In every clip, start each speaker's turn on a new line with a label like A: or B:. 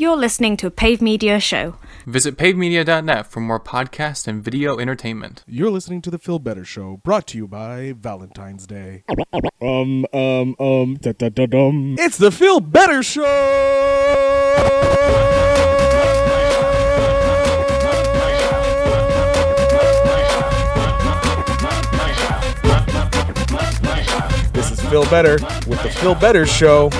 A: You're listening to a Pave Media show.
B: Visit pavemedia.net for more podcast and video entertainment.
C: You're listening to the Feel Better Show, brought to you by Valentine's Day.
D: Um, um, um, da da da dum.
C: It's the Feel Better Show. This is Feel Better with the Feel Better Show.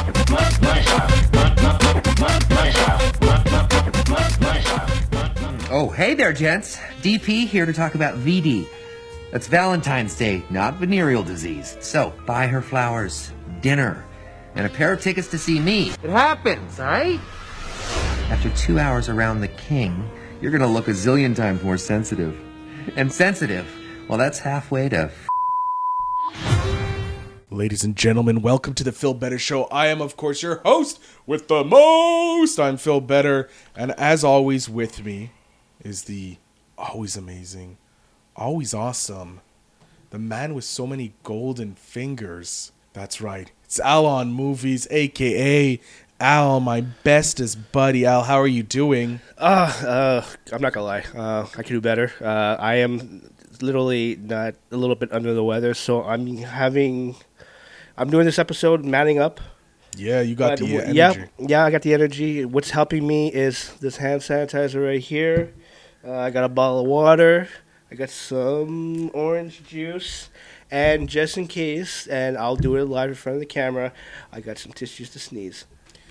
E: Oh, hey there, gents. DP here to talk about VD. That's Valentine's Day, not venereal disease. So, buy her flowers, dinner, and a pair of tickets to see me. It happens, all right? After two hours around the king, you're gonna look a zillion times more sensitive. And sensitive, well, that's halfway to
C: Ladies and gentlemen, welcome to the Phil Better Show. I am, of course, your host with the most. I'm Phil Better, and as always, with me is the always amazing, always awesome, the man with so many golden fingers. That's right, it's Al on Movies, aka Al, my bestest buddy. Al, how are you doing?
D: Uh, I'm not gonna lie. Uh, I could do better. Uh, I am literally not a little bit under the weather, so I'm having. I'm doing this episode manning up.
C: Yeah, you got
D: But
C: the uh,
D: w-
C: energy.
D: yeah, yeah, I got the energy. What's helping me is this hand sanitizer right here. Uh, I got a bottle of water. I got some orange juice, and just in case, and I'll do it live in front of the camera. I got some tissues to sneeze,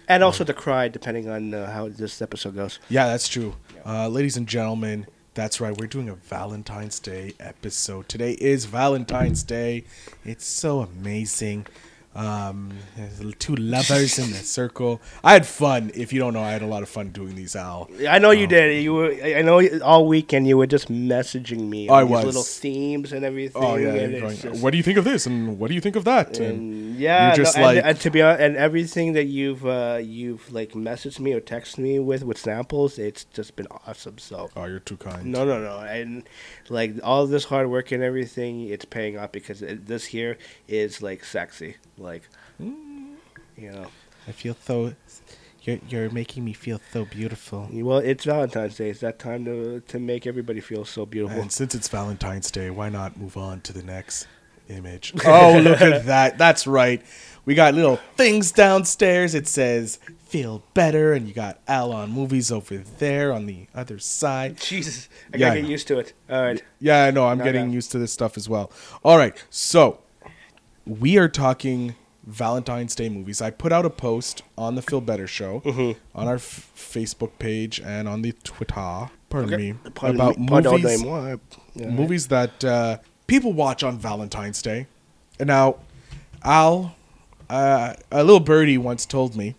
D: and also to cry, depending on uh, how this episode goes.
C: Yeah, that's true. Uh, ladies and gentlemen, that's right. We're doing a Valentine's Day episode. Today is Valentine's Day. It's so amazing. Um, there's two lovers in a circle. I had fun. If you don't know, I had a lot of fun doing these, Al.
D: I know you
C: Oh.
D: did. You were. I I know you- all weekend you were just messaging me.
C: I
D: on these
C: was.
D: Little themes and everything.
C: Oh yeah,
D: and
C: you're
D: it's
C: going,
D: just-
C: what do you think of this and what do you think of that? And,
D: And yeah,
C: you're just
D: no,
C: like
D: and, and to be honest, and everything that you've uh, you've like messaged me or texted me with with samples, it's just been awesome. So
C: oh, you're too kind.
D: no, no, no, and like all this hard work and everything, it's paying off because it, this here is like sexy, like
C: Mm.
D: you know.
C: I feel so. You're you're making me feel so beautiful.
D: Well, it's Valentine's Day. It's that time to to make everybody feel so beautiful.
C: And since it's Valentine's Day, why not move on to the next image? Oh, look at that. That's right. We got little things downstairs. It says feel better and you got Al on movies over there on the other side.
D: Jesus, I
C: Yeah, I
D: gotta get
C: know.
D: used to it. All right.
C: Yeah, I know. I'm
D: No,
C: getting
D: no.
C: used to this stuff as well. All right. So, we are talking Valentine's Day movies. I put out a post on the Feel Better show
D: Mm-hmm.
C: on our f- Facebook page and on the Twitter. Pardon me.
D: Pardon
C: about
D: me- pardon
C: movies.
D: me, moi. Yeah.
C: movies that uh, people watch on Valentine's Day. And now, Al, uh, a little birdie once told me,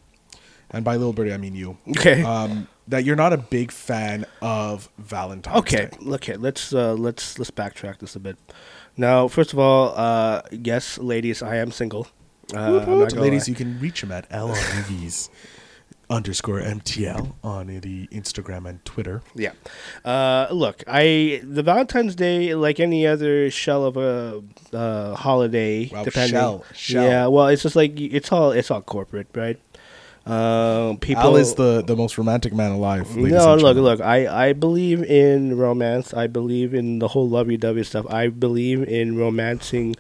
C: and by little birdie I mean you,
D: Okay.
C: um, that you're not a big fan of Valentine's.
D: Okay,
C: Day.
D: okay. Let's uh, let's let's backtrack this a bit. Now, first of all, uh, yes, ladies, I am single. Uh, I'm not
C: Woot woot.
D: gonna
C: Ladies,
D: lie.
C: you can reach him at L on movies underscore MTL on the Instagram and Twitter.
D: yeah. Uh, look, I the Valentine's Day, like any other shell of a uh, holiday,
C: Well,
D: depending.
C: shell, shell.
D: Yeah. Well, it's just like it's all it's all corporate, right? Um, people.
C: Al is the, the most romantic man alive. ladies
D: no,
C: and
D: look,
C: gentlemen.
D: look. I, I believe in romance. I believe in the whole lovey-dovey stuff. I believe in romancing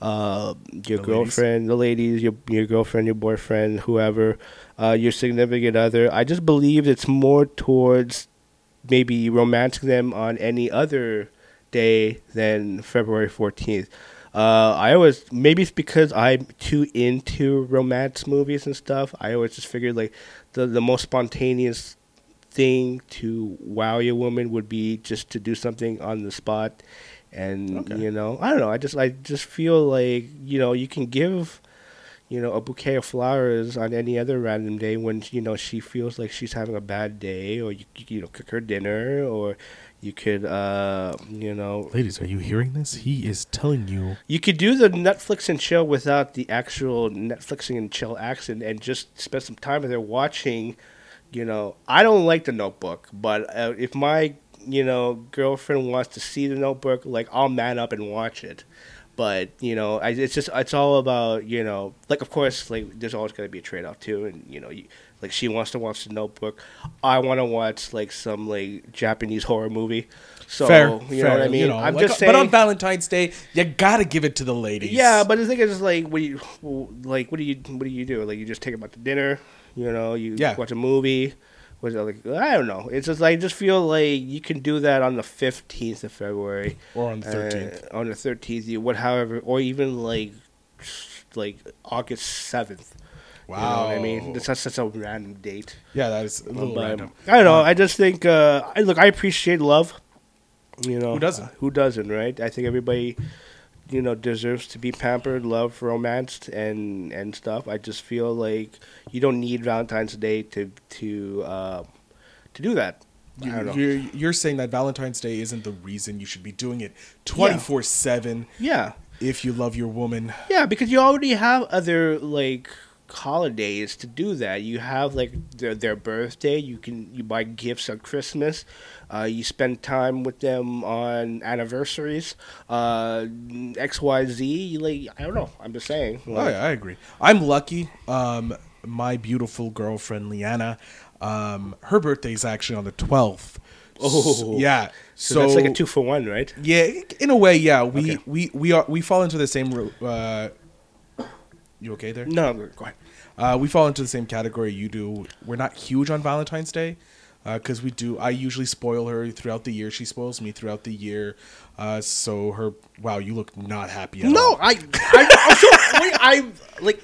D: uh, your
C: The ladies?
D: girlfriend, the ladies, your your girlfriend, your boyfriend, whoever, uh, your significant other. I just believe it's more towards maybe romancing them on any other day than February fourteenth. Uh, I always maybe it's because I'm too into romance movies and stuff. I always just figured like the the most spontaneous thing to wow your woman would be just to do something on the spot and you know i don't know i just i just feel like you know you can give you know a bouquet of flowers on any other random day when you know she feels like she's having a bad day or you you know cook her dinner or you could uh you know
C: Ladies, are you hearing this? He is telling you.
D: you could do the Netflix and chill without the actual Netflixing and chill accent, and just spend some time there watching. You know, I don't like The Notebook, but uh, if my you know girlfriend wants to see The Notebook, like I'll man up and watch it. But you know, I, it's just it's all about you know, like of course, like there's always going to be a trade off too, and you know, you, Like she wants to watch The Notebook. I want to watch like some like Japanese horror movie. So
C: fair,
D: you
C: fair,
D: know what I mean.
C: like,
D: I'm
C: uh,
D: just
C: but
D: saying.
C: on Valentine's Day, you gotta give it to the ladies.
D: yeah, but the thing is, like, what do you like? What do you what do you do? Like, you just take them out to dinner. You know, you
C: Yeah.
D: watch a movie. Was it like I don't know. It's just like I just feel like you can do that on the fifteenth of February
C: Or on the
D: Uh,
C: 13th.
D: on the thirteenth, you what, however, or even like like August seventh.
C: wow.
D: You know what I mean, that's such, such a random date.
C: yeah, that is a little
D: But,
C: random.
D: I don't know. I just think, uh, I, look, I appreciate love. You know,
C: Who doesn't?
D: uh, who doesn't, right? I think everybody, you know, deserves to be pampered, loved, romanced, and and stuff. I just feel like you don't need Valentine's Day to to uh, to do that. I don't know.
C: You, are you're saying that Valentine's Day isn't the reason you should be doing it 24 7
D: yeah,
C: if you love your woman.
D: yeah, because you already have other like holidays to do that. You have like their their birthday. You can you buy gifts on Christmas. Uh, you spend time with them on anniversaries. Uh, X Y Z. You like I don't know. I'm just saying.
C: Oh,
D: Like,
C: yeah, I agree. I'm lucky. Um, my beautiful girlfriend, Liana, um, her birthday's actually on the 12th.
D: Oh.
C: yeah.
D: So, that's like a two for one, right?
C: Yeah, in a way, yeah. We
D: Okay.
C: we we are we fall into the same. ro- Uh, you okay there?
D: No, go ahead.
C: Uh, we fall into the same category you do. We're not huge on Valentine's Day because we do. I usually spoil her throughout the year. She spoils me throughout the year. Uh, so her. Wow, you look not happy. At
D: No,
C: all.
D: I, I, I'm so, wait, I like,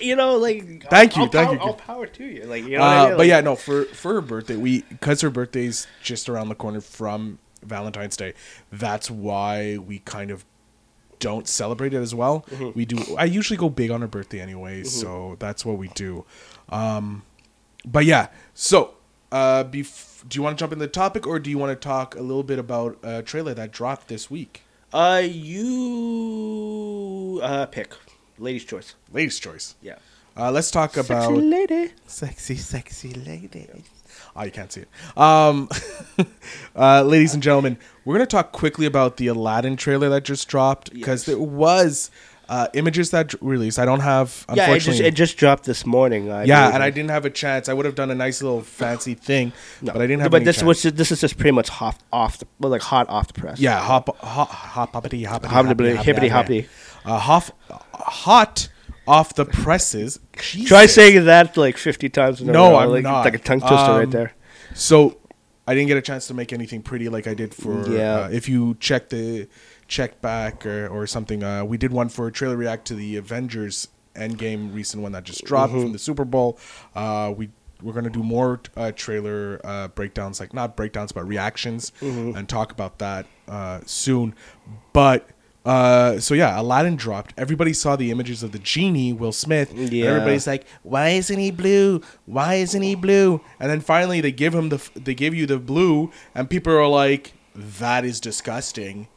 D: you know, like.
C: Thank you,
D: I'll
C: thank
D: power,
C: you.
D: I'll power to you, like you know. what I
C: Uh,
D: mean?
C: but
D: Like,
C: yeah, no. For for her birthday, we because her birthday's just around the corner from Valentine's Day. That's why we kind of don't celebrate it as well.
D: Mm-hmm.
C: We do. I usually go big on her birthday anyway, so that's what we do. Um, but yeah, so uh, bef- do you want to jump into the topic, or do you want to talk a little bit about a trailer that dropped this week?
D: Uh, you uh pick ladies' choice.
C: Ladies' choice.
D: Yeah.
C: Uh, let's talk about
D: lady.
C: Sexy, sexy lady. Oh, you can't see it. Um, uh, ladies and gentlemen, we're going to talk quickly about the Aladdin trailer that just dropped because
D: Yes.
C: there was uh, images that dr- released. I don't have,
D: Yeah,
C: unfortunately.
D: it just it just dropped this morning. I
C: yeah,
D: believe.
C: and I didn't have a chance. I would have done a nice little fancy thing,
D: No.
C: but I didn't have.
D: But
C: any
D: this
C: chance.
D: was this is just pretty much hot off the well, like hot off the press.
C: yeah, hop, hop, hop, hoppity, hoppity,
D: Hoppity, hippity, hoppity.
C: Uh, hoff, hot off the presses. Jesus.
D: Try saying that like fifty times. In a
C: No,
D: row.
C: I'm
D: like,
C: not.
D: It's like a tongue twister
C: Um,
D: right there.
C: So I didn't get a chance to make anything pretty like I did for.
D: Yeah.
C: Uh, if you check the check back or, or something, uh, we did one for a trailer react to the Avengers Endgame recent one that just dropped
D: Mm-hmm.
C: from the Super Bowl. Uh, we we're gonna do more uh, trailer uh, breakdowns, like not breakdowns but reactions,
D: Mm-hmm.
C: and talk about that uh, soon. But. Uh, so yeah, Aladdin dropped. Everybody saw the images of the genie, Will Smith. and
D: Yeah.
C: everybody's like, "Why isn't he blue? Why isn't he blue?" And then finally, they give him the f- they give you the blue, and people are like, "That is disgusting."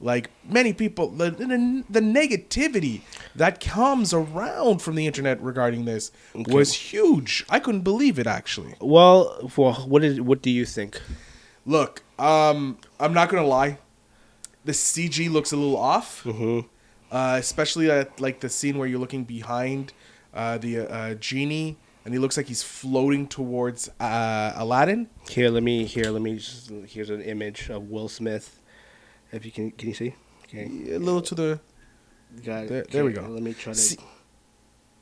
C: Like many people, the, the, the negativity that comes around from the internet regarding this was huge. I couldn't believe it actually.
D: Well, well, what is what do you think?
C: Look, um, I'm not gonna lie, the CG looks a little off,
D: Mm-hmm.
C: uh, especially at like the scene where you're looking behind uh, the uh, genie and he looks like he's floating towards uh, Aladdin.
D: Here, let me here, let me just here's an image of Will Smith. If you can, can you see? Okay,
C: A little to the
D: Got it.
C: There- there we
D: Okay,
C: go.
D: Let me try to.
C: See-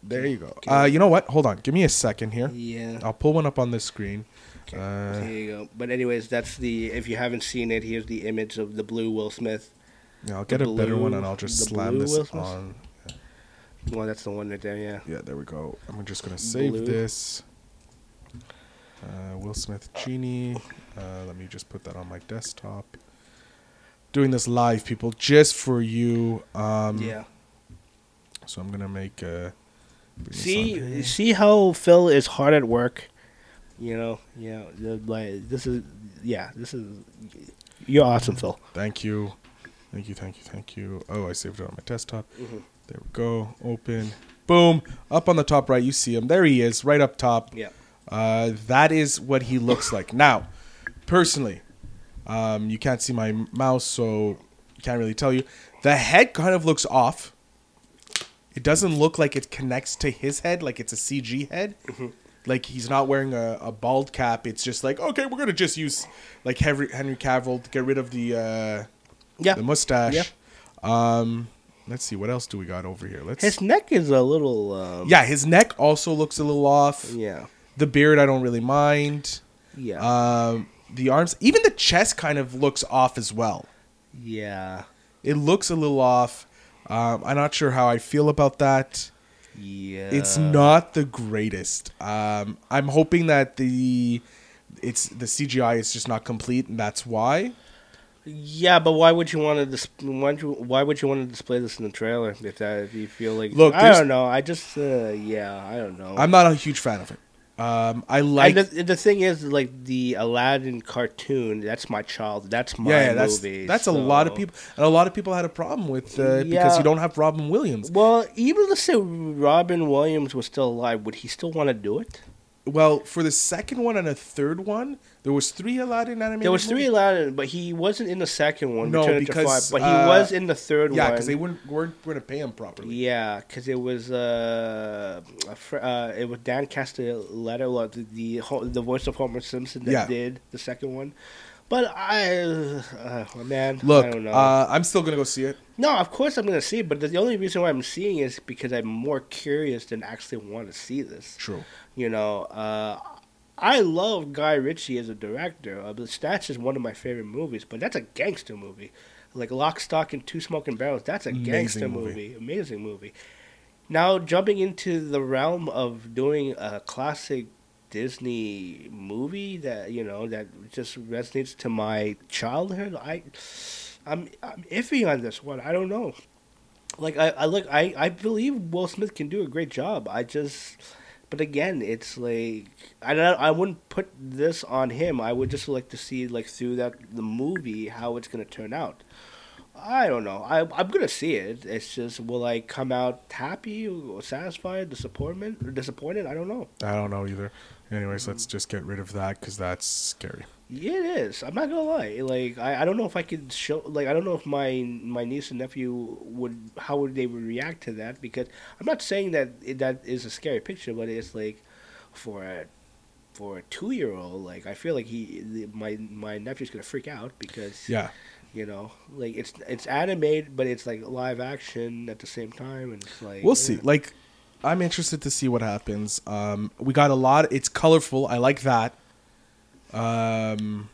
C: there you go. Uh, you know what? Hold on, give me a second here.
D: Yeah.
C: I'll pull one up on the screen.
D: There
C: Uh,
D: you go. But anyways, that's the if you haven't seen it, here's the image of the blue Will Smith.
C: yeah, I'll get
D: The
C: a better one and
D: blue-
C: I'll just
D: the
C: slam
D: blue
C: this
D: Will Smith?
C: on.
D: Well, that's the one right there. Yeah.
C: Yeah, there we go. I'm just gonna save
D: Blue.
C: this. Uh, Will Smith Genie. Uh, let me just put that on my desktop. Doing this live, people, just for you. Um,
D: Yeah.
C: So I'm gonna make a. bring this on
D: See,
C: here.
D: see how Phil is hard at work. You know. Yeah. the- Like this is. Yeah. This is. You're awesome, Phil.
C: Thank you, thank you, thank you, thank you. Oh, I saved it on my desktop. There we go. Open. Boom. Up on the top right, you see him. There he is, right up top.
D: Yeah.
C: Uh, that is what he looks like. Now, personally, um, you can't see my mouse, so can't really tell you. The head kind of looks off. It It doesn't look like it connects to his head, like it's a CG head. Like he's not wearing a, a bald cap. It's just like okay, we're gonna just use like Henry, Henry Cavill to get rid of the uh,
D: Yeah.
C: the mustache.
D: Yeah.
C: Um, let's see what else do we got over here. Let's
D: His neck is a little. Um,
C: yeah, his neck also looks a little off.
D: Yeah.
C: The beard, I don't really mind.
D: Yeah.
C: Um, the arms, even the chest, kind of looks off as well.
D: yeah.
C: It looks a little off. Um, I'm not sure how I feel about that.
D: Yeah.
C: It's not the greatest. Um, I'm hoping that the it's the CGI is just not complete, and that's why.
D: Yeah, but why would you want to? Dis- why, would you, why would you want to display this in the trailer if that if you feel like?
C: Look,
D: I
C: there's-
D: don't know. I just uh, yeah, I don't know.
C: I'm not a huge fan of it. Um, I like
D: and the, and the thing is, like the Aladdin cartoon, that's my child. That's my
C: yeah, yeah, that's
D: movie.
C: that's a lot of
D: so-
C: people, and a lot of people had a problem with uh, because
D: Yeah.
C: you don't have Robin Williams.
D: Well, even let's say Robin Williams was still alive, would he still want to do it?
C: Well, for the second one and a third one, there was three Aladdin animated.
D: There was three
C: movies.
D: Aladdin, but he wasn't in the second one.
C: No,
D: Return
C: because,
D: to Five, but he
C: uh,
D: was in the third
C: Yeah,
D: one.
C: because they weren't weren't going to pay him properly.
D: Yeah, because it was uh, a fr- uh, it was Dan Castellaneta, well, the the, ho- the voice of Homer Simpson that
C: Yeah.
D: did the second one. But I, uh, man,
C: Look,
D: I don't know.
C: uh, I'm still going to go see it.
D: no, of course I'm gonna see it, but the only reason why I'm seeing it is because I'm more curious than actually want to see this.
C: True.
D: You know, uh, I love Guy Ritchie as a director. Uh, The Snatch is one of my favorite movies, but that's a gangster movie. Like Lock, Stock, and Two Smoking Barrels, that's a
C: Amazing
D: gangster
C: movie.
D: movie. Amazing movie. Now, jumping into the realm of doing a classic Disney movie that, you know, that just resonates to my childhood, I, I'm, I'm iffy on this one. I don't know. Like, I, I look, I, I believe Will Smith can do a great job. I just, but again, it's like I don't, I wouldn't put this on him. I would just like to see like through that the movie how it's gonna turn out. I don't know. I I'm gonna see it. It's just will I come out happy or satisfied, disappointment, or disappointed? I don't know.
C: I don't know either. Anyways, let's
D: Mm.
C: just get rid of that because that's scary.
D: Yeah, it is. I'm not gonna lie. Like I, I don't know if I could show. Like I don't know if my my niece and nephew would how would they would react to that because I'm not saying that it, that is a scary picture, but it's like for a for a two year old, like I feel like he the- my my nephew's gonna freak out because
C: Yeah.
D: you know like it's it's animated but it's like live action at the same time and it's like
C: We'll
D: eh.
C: see. Like, I'm interested to see what happens. Um, we got a lot. It's colorful. I like that. Um,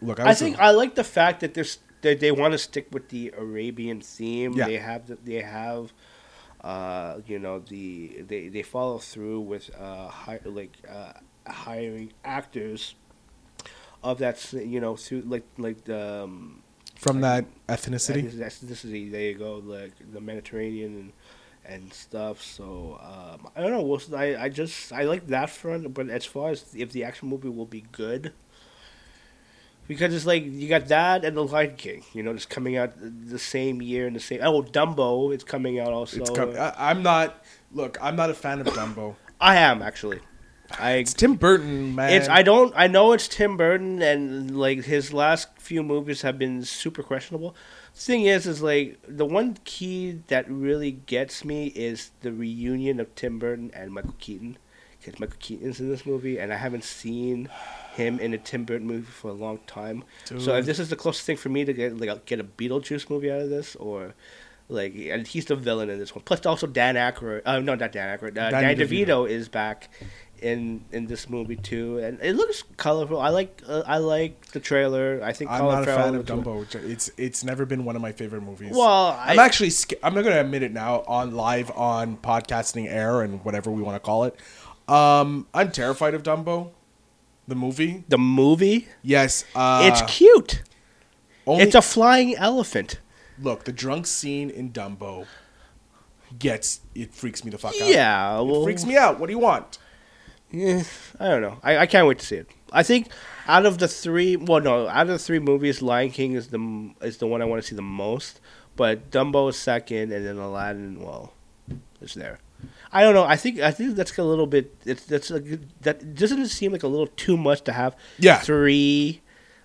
C: look, I,
D: I
C: was
D: think I like the fact that there's that they want to stick with the Arabian theme.
C: Yeah.
D: They have the, they have, uh, you know the they, they follow through with uh, hi, like uh, hiring actors of that s- you know through like like the um,
C: from that
D: ethnic-
C: ethnicity.
D: ethnicity. There you go, like the Mediterranean and. And stuff, so um, I don't know. We'll, s- I I just I like that front, but as far as if the action movie will be good, because it's like you got that and the Lion King, you know, it's coming out the same year and the same. Oh, Dumbo, it's coming out also.
C: It's com- I, I'm not. Look, I'm not a fan of Dumbo.
D: I am actually. I
C: It's Tim Burton, man.
D: it's I don't I know it's Tim Burton and like his last few movies have been super questionable. Thing is, is like the one key that really gets me is the reunion of Tim Burton and Michael Keaton. Because Michael Keaton's in this movie, and I haven't seen him in a Tim Burton movie for a long time. So if this is the closest thing for me to get like get a Beetlejuice movie out of this, or like and he's the villain in this one. Plus also Dan Aykroyd, uh, no not Dan Aykroyd, uh,
C: Danny DeVito.
D: Dan DeVito. DeVito is back in in this movie too, and it looks colorful. I like uh, I like the trailer. I think
C: I'm
D: Colin
C: not a
D: Farrell
C: fan of
D: looks-
C: Dumbo. which- It's it's never been one of my favorite movies.
D: Well,
C: I'm
D: I-
C: actually sca- I'm not going to admit it now on live on podcasting air and whatever we want to call it. Um, I'm terrified of Dumbo, the movie.
D: The movie,
C: Yes, uh,
D: it's cute.
C: only-
D: it's a flying elephant.
C: look. The drunk scene in Dumbo gets it freaks me the fuck out.
D: Yeah, well,
C: it freaks me out. What do you want?
D: eh, I don't know. I, I can't wait to see it. I think out of the three, well, no, out of the three movies, Lion King is the m- is the one I want to see the most. But Dumbo is second, and then Aladdin, well, is there. I don't know. I think I think that's a little bit. It's that's a good- that doesn't it seem like a little too much to have.
C: Yeah.
D: Three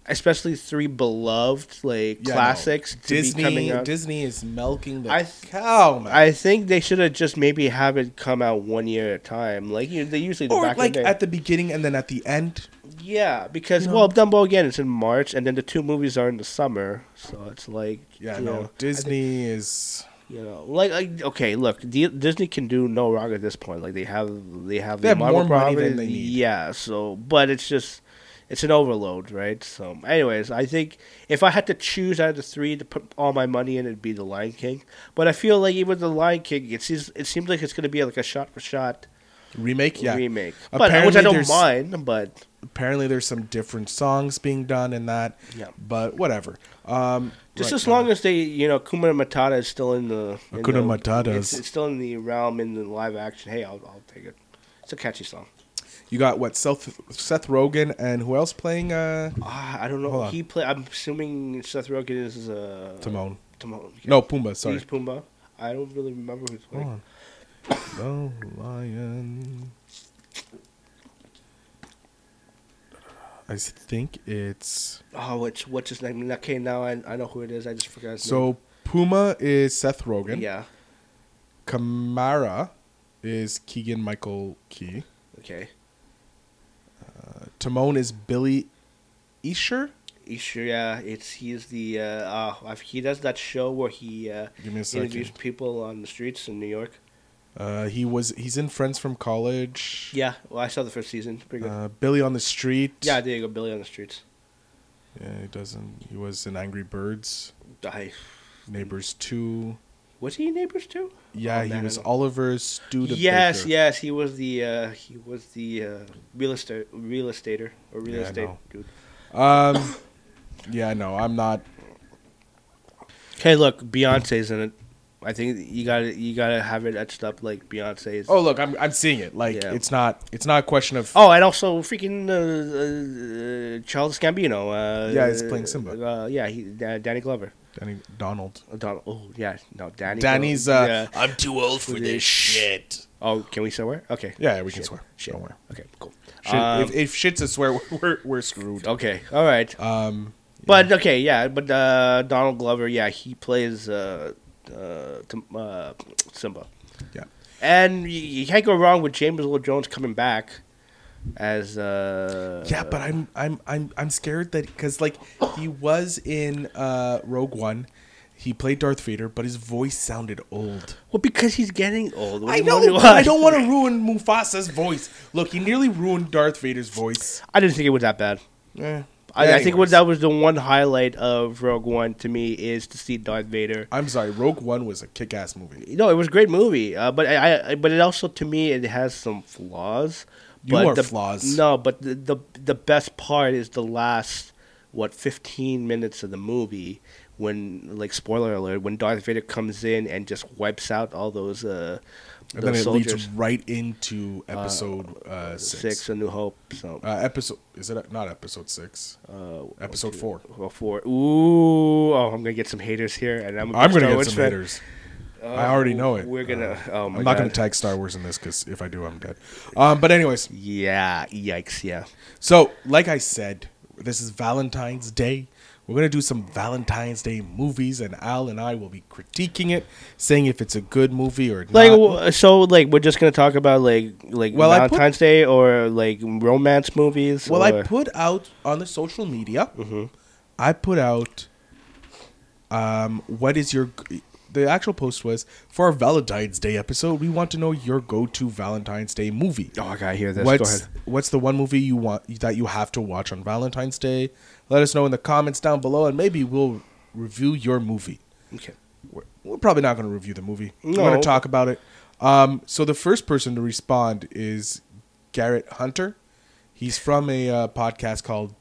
D: especially three beloved like
C: Yeah, no.
D: classics to be coming
C: Disney
D: out.
C: Disney is milking the
D: I th-
C: cow, man.
D: I think they should have just maybe have it come out one year at a time, like you they usually do
C: or
D: back
C: like
D: in the day.
C: at the beginning and then at the end.
D: yeah, because well, Dumbo again it's in March, and then the two movies are in the summer, so it's like
C: Yeah,
D: you
C: no.
D: know,
C: Disney is
D: you know, like, like okay, look, D- Disney can do no wrong at this point. Like they have they have
C: They
D: the
C: have
D: Marvel
C: more money than
D: properties.
C: they need.
D: Yeah, so but it's just it's an overload, right? So, anyways, I think if I had to choose out of the three to put all my money in, it'd be the Lion King. But I feel like even the Lion King, it seems it seems like it's going to be like a shot for shot
C: remake, yeah.
D: remake, but which I
C: Apparently
D: don't
C: there's-
D: mind. But
C: Apparently there's some different songs being done in that.
D: Yeah.
C: But whatever. Um
D: just
C: right
D: as
C: now.
D: long as they, you know, Kumar Matata is still in the in
C: Hakuna
D: the-
C: Matata
D: it's,
C: is-
D: it's still in the realm in the live action. Hey, I'll, I'll take it. It's a catchy song.
C: you got what Seth Seth Rogen and who else playing uh
D: Ah, I don't know.
C: Hold on.
D: He play. I'm assuming Seth Rogen is uh,
C: Timon.
D: Timon. okay.
C: No, Pumbaa, sorry.
D: He's Pumbaa. I don't really remember who's
C: Hold
D: playing.
C: on. No lion. I think it's
D: Oh, which what's his name? Okay, now I, I know who it is. I just forgot. His
C: so Puma is Seth Rogen.
D: name. yeah.
C: Kamara is Keegan Michael Key.
D: Okay.
C: Timon is Billy Escher.
D: He's sure. Yeah, it's he's the uh, uh I've- he does that show where he uh,
C: Give me a
D: interviews
C: second.
D: people on the streets in New York.
C: Uh, he was he's in Friends from College.
D: Yeah, well, I saw the first season. Pretty good.
C: Uh, Billy on the Street.
D: yeah, there you go, Billy on the streets.
C: Yeah, he doesn't. He was in Angry Birds,
D: I,
C: Neighbors Two.
D: was he in Neighbors too?
C: Yeah,
D: Oh,
C: he
D: man, I
C: was
D: don't-
C: Oliver Studebaker.
D: Yes, yes, he was the uh, he was the uh, real estate real estater or real
C: Yeah, I
D: estate
C: know.
D: dude.
C: Um, yeah, no, I'm not.
D: Hey, look, Beyonce's in it. I think you got to you got to have it etched up like Beyonce's.
C: Oh, look, I'm I'm seeing it. Like
D: Yeah.
C: it's not it's not a question of.
D: Oh, and also freaking uh, uh, Charles Gambino. Uh,
C: Yeah, he's playing Simba.
D: Uh, yeah, he, Da- Danny Glover.
C: Danny Donald.
D: Oh, Don- oh yeah, no, Danny.
C: Danny's.
D: Glover.
C: Uh,
D: Yeah.
C: I'm too old for this shit.
D: Oh, can we swear? Okay.
C: Yeah, we can
D: Shit.
C: swear.
D: Shit.
C: Don't worry.
D: Okay, cool.
C: Shit,
D: Um,
C: if, if shit's a swear, we're, we're, we're screwed.
D: okay, all right.
C: Um,
D: But okay, yeah, but uh, Donald Glover, yeah, he plays uh, uh, Tim- uh, Simba,
C: yeah.
D: and you, you can't go wrong with James Earl Jones coming back as uh,
C: Yeah, but I'm I'm I'm I'm scared that because like he was in uh, Rogue One, he played Darth Vader, but his voice sounded old.
D: well because he's getting old. What
C: I
D: do you
C: know,
D: want to-
C: but I don't want to ruin Mufasa's voice. Look, he nearly ruined Darth Vader's voice.
D: I didn't think it was that bad.
C: Eh.
D: I, I think
C: Anyways.
D: what that was the one highlight of Rogue One to me is to see Darth Vader.
C: I'm sorry, Rogue One was a kick-ass movie.
D: No, it was a great movie, uh, but I, I- I but it also to me it has some flaws.
C: You
D: But
C: are
D: the,
C: flaws.
D: No, but the, the the best part is the last what fifteen minutes of the movie when like spoiler alert when Darth Vader comes in and just wipes out all those uh
C: And
D: those
C: then it
D: soldiers.
C: leads right into episode uh, six.
D: six. A New Hope. So
C: Uh, episode is it not episode six?
D: uh,
C: episode four.
D: well, four. Ooh, oh, I'm gonna get some haters here, and I'm. a big
C: I'm gonna
D: Star
C: get
D: Wars
C: some
D: fan.
C: haters. I already know it. Uh,
D: We're gonna. oh my
C: I'm not
D: god.
C: gonna tag Star Wars in this because if I do, I'm dead. Um, but anyways,
D: Yeah. Yikes. Yeah.
C: so like I said, this is Valentine's Day. We're gonna do some Valentine's Day movies, and Al and I will be critiquing it, saying if it's a good movie or
D: Like
C: not.
D: w so, like we're just gonna talk about like like
C: Well, I put-
D: Valentine's Day or like romance movies.
C: Well,
D: or-
C: I put out on the social media.
D: Mm-hmm.
C: I put out. Um, what is your? g- The actual post was for our Valentine's Day episode. We want to know your go-to Valentine's Day movie.
D: Oh, I gotta hear this. Go
C: What's
D: ahead.
C: What's the one movie you want that you have to watch on Valentine's Day? Let us know in the comments down below, and maybe we'll review your movie.
D: Okay.
C: We're, we're probably not going to review the movie.
D: No.
C: We're going to talk about it. Um, so the first person to respond is Garrett Hunter. He's from a uh, podcast called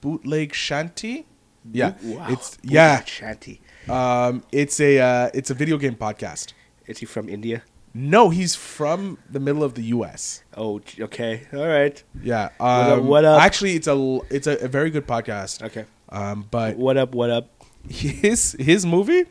C: Bootleg Shanty. Yeah,
D: Wow.
C: it's
D: Bootleg
C: yeah,
D: Shanty.
C: um, it's a uh, it's a video game podcast.
D: Is he from India?
C: No, he's from the middle of the U.S.
D: Oh, j- okay. All right.
C: Yeah. Um,
D: up, what up?
C: Actually, it's a l- it's a, a very good podcast.
D: Okay.
C: Um, but
D: What up? What up?
C: his his movie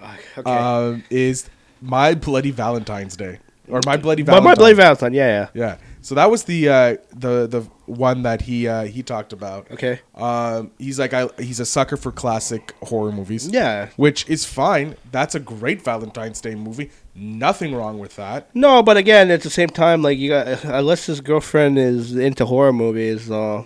D: Ah, Okay.
C: um is My Bloody Valentine's Day or My Bloody
D: but
C: Valentine.
D: my Bloody Valentine. Yeah, yeah.
C: Yeah. So that was the uh, the the one that he uh, he talked about.
D: Okay.
C: Um, he's like I, he's a sucker for classic horror movies.
D: Yeah.
C: Which is fine. That's a great Valentine's Day movie. Nothing wrong with that.
D: No, but again, at the same time, like you got uh, unless his girlfriend is into horror movies, uh,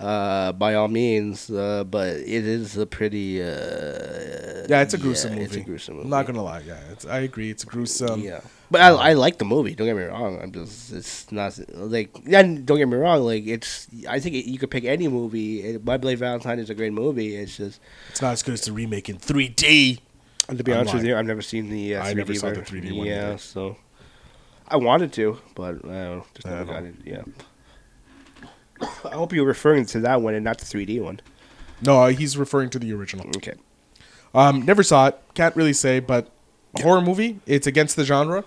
D: uh, by all means. Uh, but it is a pretty. Uh,
C: Yeah, it's a gruesome
D: yeah,
C: movie.
D: It's a gruesome movie.
C: I'm not gonna lie. Yeah, it's, I agree. It's gruesome.
D: Yeah, Um, but I, I like the movie. Don't get me wrong. I'm just it's not like and don't get me wrong. Like it's I think you could pick any movie. and My Blade Valentine is a great movie. It's just
C: It's not as good as the remake in 3D.
D: and to be
C: I'm
D: honest with
C: lying.
D: you, I've never seen the uh, 3D
C: I never saw the
D: version.
C: 3D one
D: Yeah,
C: either.
D: so I wanted to, but I don't know, just
C: I
D: never
C: don't
D: got it. Yeah. I hope you're referring to that one and not the 3D one.
C: No, he's referring to the original.
D: Okay.
C: Um, never saw it. Can't really say, but a horror movie. It's against the genre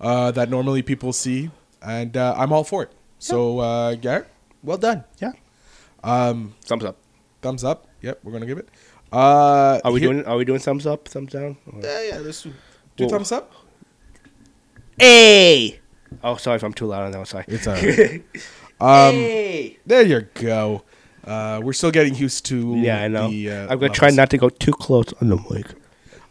C: uh, that normally people see, and uh, I'm all for it. So uh, yeah, well done.
D: Yeah. Um. Thumbs up.
C: Thumbs up. Yep, we're gonna give it. Uh,
D: Are we
C: here-
D: doing? Are we doing thumbs up? Thumbs down? Or-
C: Yeah, yeah. Let's do, do
D: Whoa.
C: thumbs up.
D: Hey. Oh, sorry if I'm too loud on that one. Sorry.
C: It's all right. um, There you go. Uh, we're still getting used to.
D: Yeah, I know.
C: the, uh,
D: I'm gonna try
C: levels.
D: not to go too close on the mic.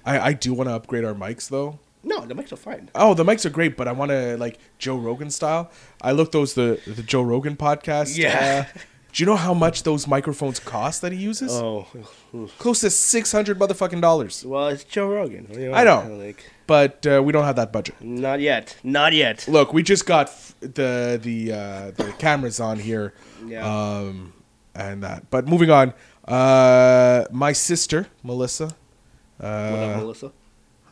C: I, I do want to upgrade our mics though.
D: No, the mics are fine.
C: Oh, the mics are great, but I want to like Joe Rogan style. I looked those the the Joe Rogan podcast.
D: Yeah.
C: uh, do you know how much those microphones cost that he uses?
D: Oh,
C: Close to six hundred motherfucking dollars.
D: well, it's Joe Rogan. You
C: I know.
D: Like,
C: But uh, we don't have that budget.
D: not yet. Not yet.
C: Look, we just got f- the the uh, the cameras on here,
D: Yeah.
C: um, and that. But moving on, uh, my sister Melissa.
D: What
C: Uh,
D: up, Melissa?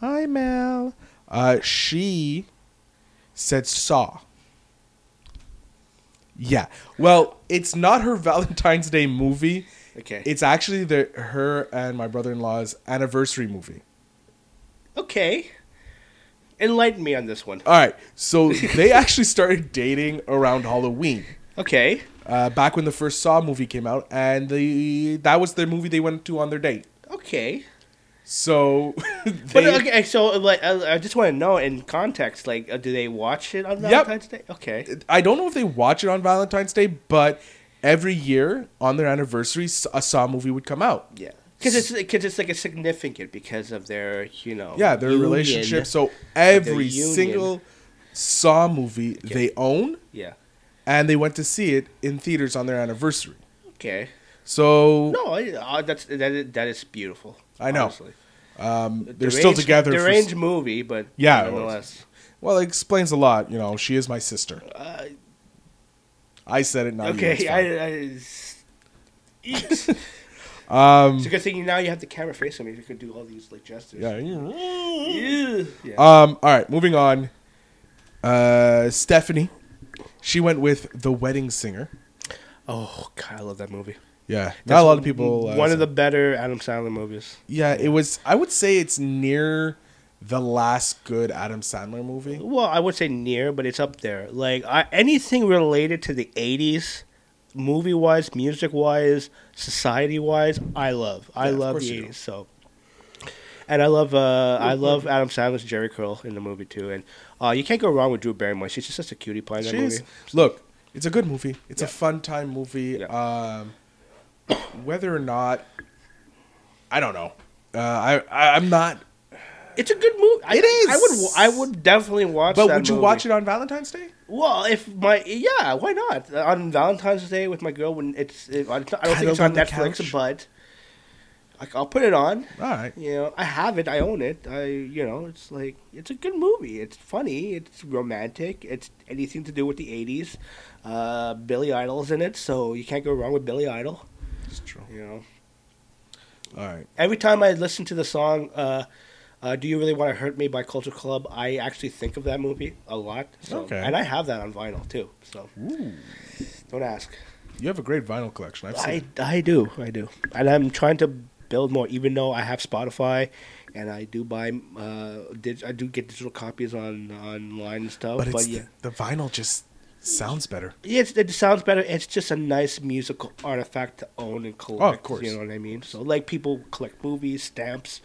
C: Hi, Mel. Uh, she said Saw. Yeah. Well, it's not her Valentine's Day movie.
D: Okay.
C: It's actually the her and my brother in law's anniversary movie.
D: okay. Enlighten me on this one.
C: All right. So they actually started dating around Halloween.
D: Okay.
C: Uh, back when the first Saw movie came out, and the that was the movie they went to on their date.
D: Okay.
C: So,
D: But
C: they-
D: okay, so like, I, I just want to know in context, like, uh, do they watch it on
C: Yep.
D: Valentine's Day? Okay.
C: I don't know if they watch it on Valentine's Day, but every year on their anniversary, s- a Saw movie would come out.
D: Yeah. Because it's because it's like a significant because of their you know
C: Yeah, their
D: union.
C: relationship. So every
D: union.
C: single Saw movie they own,
D: yeah
C: and they went to see it in theaters on their anniversary.
D: okay
C: So
D: no I, uh, that's that is, that is beautiful
C: I know.
D: honestly.
C: they're still
D: Deranged-
C: together. for s-
D: Deranged movie, but
C: Yeah, it was.
D: nonetheless.
C: well, it explains a lot. You know, she is my sister. I said it. Not okay.
D: Uh, okay, I. I Eat. um, it's a good thing now you have the camera facing me. You could do all these like justice.
C: yeah. you-
D: Ew. Yeah.
C: Um. All right. Moving on. Uh, Stephanie, she went with the wedding singer.
D: oh God, I love that movie.
C: Yeah, not a lot of people. Uh,
D: One of the better Adam Sandler movies.
C: yeah, it was. I would say it's near the last good Adam Sandler movie.
D: Well, I would say near, but it's up there. Like I, anything related to the '80s, movie-wise, music-wise, society-wise, I love. I
C: Yeah, of
D: love
C: course you
D: the
C: do. Mm-hmm.
D: '80s. So, and I love, uh, I love Adam Sandler's Jerry Curl in the movie too. And uh, you can't go wrong with Drew Barrymore. She's just such a cutie pie in that
C: Jeez.
D: movie.
C: Look, it's a good movie. It's a
D: Yeah.
C: fun time movie. Um, whether or not, I don't know. Uh, I, I I'm not.
D: It's a good movie. I,
C: It is.
D: I would. I would definitely watch.
C: But
D: that
C: would you
D: movie.
C: watch it on Valentine's Day?
D: Well, if my yeah, why not Uh, on Valentine's Day with my girl when it's it, I don't think
C: Cuddled
D: it's on
C: on the
D: Netflix,
C: couch.
D: but like I'll put it on.
C: All right.
D: You know, I have it. I own it. I you know, it's like it's a good movie. It's funny. It's romantic. It's anything to do with the '80s. Uh, Billy Idol's in it, so you can't go wrong with Billy Idol.
C: It's true.
D: You know,
C: All right.
D: every time I listen to the song. Uh, uh, Do you really want to hurt me by Culture Club? I actually think of that movie a lot. So,
C: Okay.
D: and I have that on vinyl too. So don't ask.
C: You have a great vinyl collection. I've seen.
D: I,
C: it.
D: I do. I do. And I'm trying to build more, even though I have Spotify and I do buy, uh, dig- I do get digital copies on online and stuff.
C: But
D: But,
C: it's the-
D: yeah.
C: the vinyl just sounds better.
D: Yeah, it's, it sounds better. It's just a nice musical artifact to own and collect.
C: Oh, course.
D: You know what I mean? So, like, people collect movies, stamps,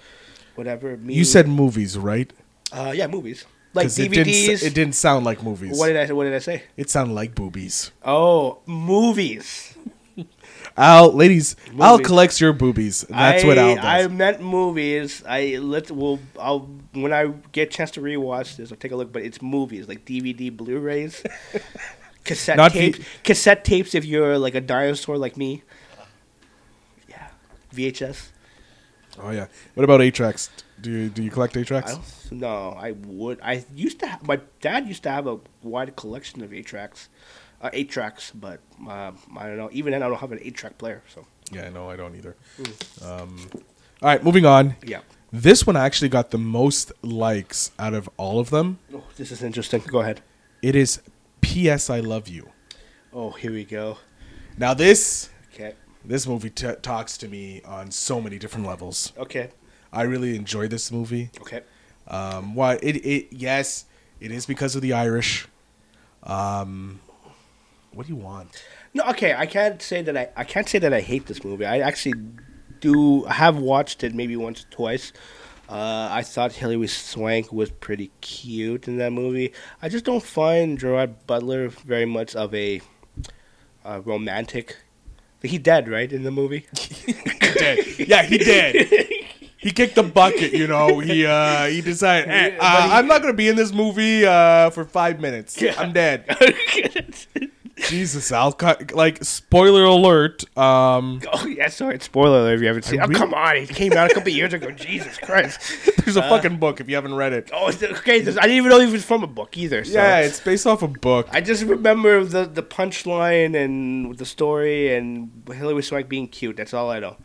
D: whatever.
C: You said movies, right?
D: uh, yeah, movies. like
C: 'Cause It didn't,
D: DVDs.
C: s- it didn't sound like movies.
D: what did I? What did I say?
C: it sounded like boobies.
D: Oh, movies.
C: Al, ladies, Al
D: Movies.
C: collects your boobies. That's
D: I,
C: what Al does.
D: I meant movies. I let will I'll when I get a chance to rewatch this, I'll take a look. But it's movies like DVD, Blu-rays, cassette
C: Not V-
D: tapes. cassette tapes. If you're like a dinosaur like me, yeah, VHS.
C: oh yeah. What about eight tracks? Do you do you collect eight
D: I
C: tracks?
D: don't no, I would. I used to. Have, my dad used to have a wide collection of eight tracks, uh, eight tracks. But um, I don't know. Even then, I don't have an eight track player. So
C: Yeah, no, I don't either. Um, all right, moving on.
D: yeah.
C: This one actually got the most likes out of all of them.
D: Oh, this is interesting. Go ahead.
C: It is "P.S. I Love You."
D: Oh, here we go.
C: Now this
D: Okay.
C: this movie t- talks to me on so many different levels.
D: Okay.
C: I really enjoy this movie.
D: Okay.
C: Um, why it it yes, it is because of the Irish. Um, what do you want?
D: No, okay. I can't say that I, I can't say that I hate this movie. I actually do. I have watched it maybe once or twice. Uh, I thought Hilary Swank was pretty cute in that movie. I just don't find Gerard Butler very much of a uh, romantic. He dead right in the movie.
C: Dead. Yeah, he did. He kicked the bucket, you know. He uh, he decided, eh, uh, I'm not gonna be in this movie uh, for five minutes. I'm dead. Jesus, Al. cut- Like spoiler alert. Um,
D: oh yeah, sorry. it's Spoiler alert if you haven't seen.
C: I
D: it. Oh
C: really-
D: come on! It came out a couple years ago. Jesus Christ!
C: there's a fucking book if you haven't read it.
D: Oh, it's- okay. this- I didn't even know he was from a book either. So.
C: Yeah, it's based off a book.
D: I just remember the the punchline and the story and Hillary Swank being cute. That's all I know.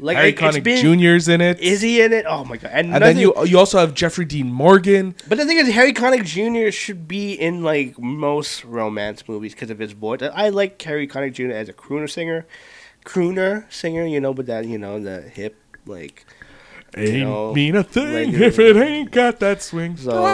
D: Like
C: Harry
D: it- it's
C: Connick
D: been-
C: Jr.'s in it.
D: Is he in it? Oh my god! And,
C: and
D: nothing,
C: then you you also have Jeffrey Dean Morgan.
D: But the thing is, Harry Connick Jr. should be in like most romance movies because of his voice. I like Harry Connick Jr. as a crooner singer, crooner singer. You know, but that you know the hip like.
C: Ain't
D: know,
C: mean a thing
D: like-
C: if it ain't got that swing.
D: So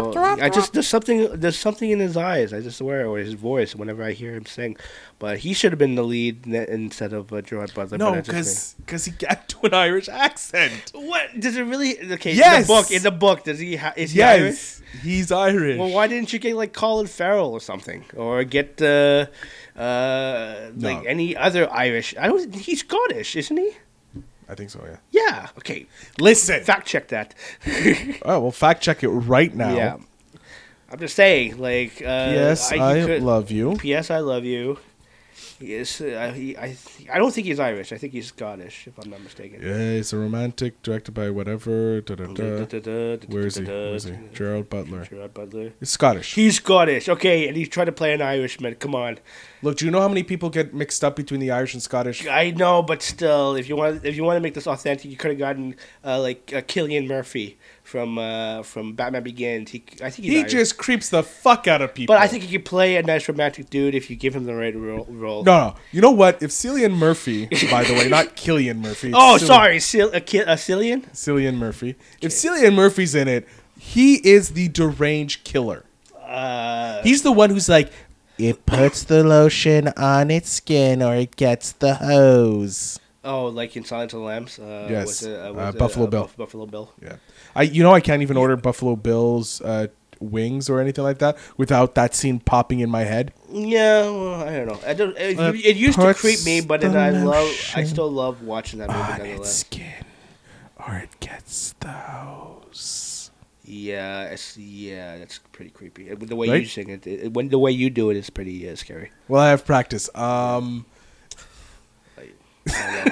D: I just there's something there's something in his eyes. I just swear, or his voice whenever I hear him sing. But he should have been the lead ne- instead of uh, Gerard Butler.
C: no,
D: but that's just me.
C: because he got to an Irish accent.
D: What does it really? Okay,
C: Yes!
D: in the book. In the book, does he? Ha- is he
C: Yes, he's Irish.
D: Irish? Well, why didn't you get like Colin Farrell or something, or get uh, uh, like any other Irish? I don't. He's Scottish, isn't he?
C: I think so. Yeah.
D: Yeah. Okay.
C: Listen.
D: Fact check that.
C: oh well, fact check it right now.
D: yeah. I'm just saying, like. Uh,
C: Yes,
D: you
C: I,
D: could-
C: love you.
D: P.S. I love you. Yes, I, he, I, I don't think he's Irish. I think he's Scottish, if I'm not mistaken.
C: Yeah, it's a romantic directed by whatever. Da, da, da. Where is he? Where is he? Gerald Butler.
D: Gerard Butler.
C: It's Scottish.
D: He's Scottish, okay, and he's trying to play an Irishman. Come on,
C: Look, do you know how many people get mixed up between the Irish and Scottish?
D: I know, but still, if you want, if you want to make this authentic, you could have gotten uh, like uh, Killian Murphy from uh, from Batman Begins. He, I think he's
C: He
D: Irish.
C: just creeps the fuck out of people.
D: but I think he could play a nice romantic dude if you give him the right ro- role.
C: No, no. You know what? If Cillian Murphy, by the way, not Killian Murphy. it's
D: Oh,
C: Cillian-
D: sorry, Sil- a, Ki- a Cillian.
C: Cillian Murphy. If Cillian Murphy's in it, he is the deranged killer.
D: Uh,
C: He's the one who's like, it puts the lotion on its skin or it gets the hose.
D: Oh, like in Silence of the Lambs. Uh,
C: Yes,
D: what's it-
C: uh,
D: what's it-
C: Buffalo Bill.
D: Buff- Buffalo Bill.
C: Yeah, I you know I can't even order Buffalo Bills uh, wings or anything like that without that scene popping in my head.
D: Yeah, well, I don't know. I don't. It,
C: Uh,
D: it used to
C: puts
D: creep me, but then
C: the Ah,
D: I love. I
C: lotion
D: still love watching that movie nonetheless.
C: skin or it gets the hose.
D: Yeah, it's, yeah, that's pretty creepy. Uh, The way
C: Right?
D: you sing it, it, when the way you do it is pretty uh, scary.
C: Well, I have practice. Um,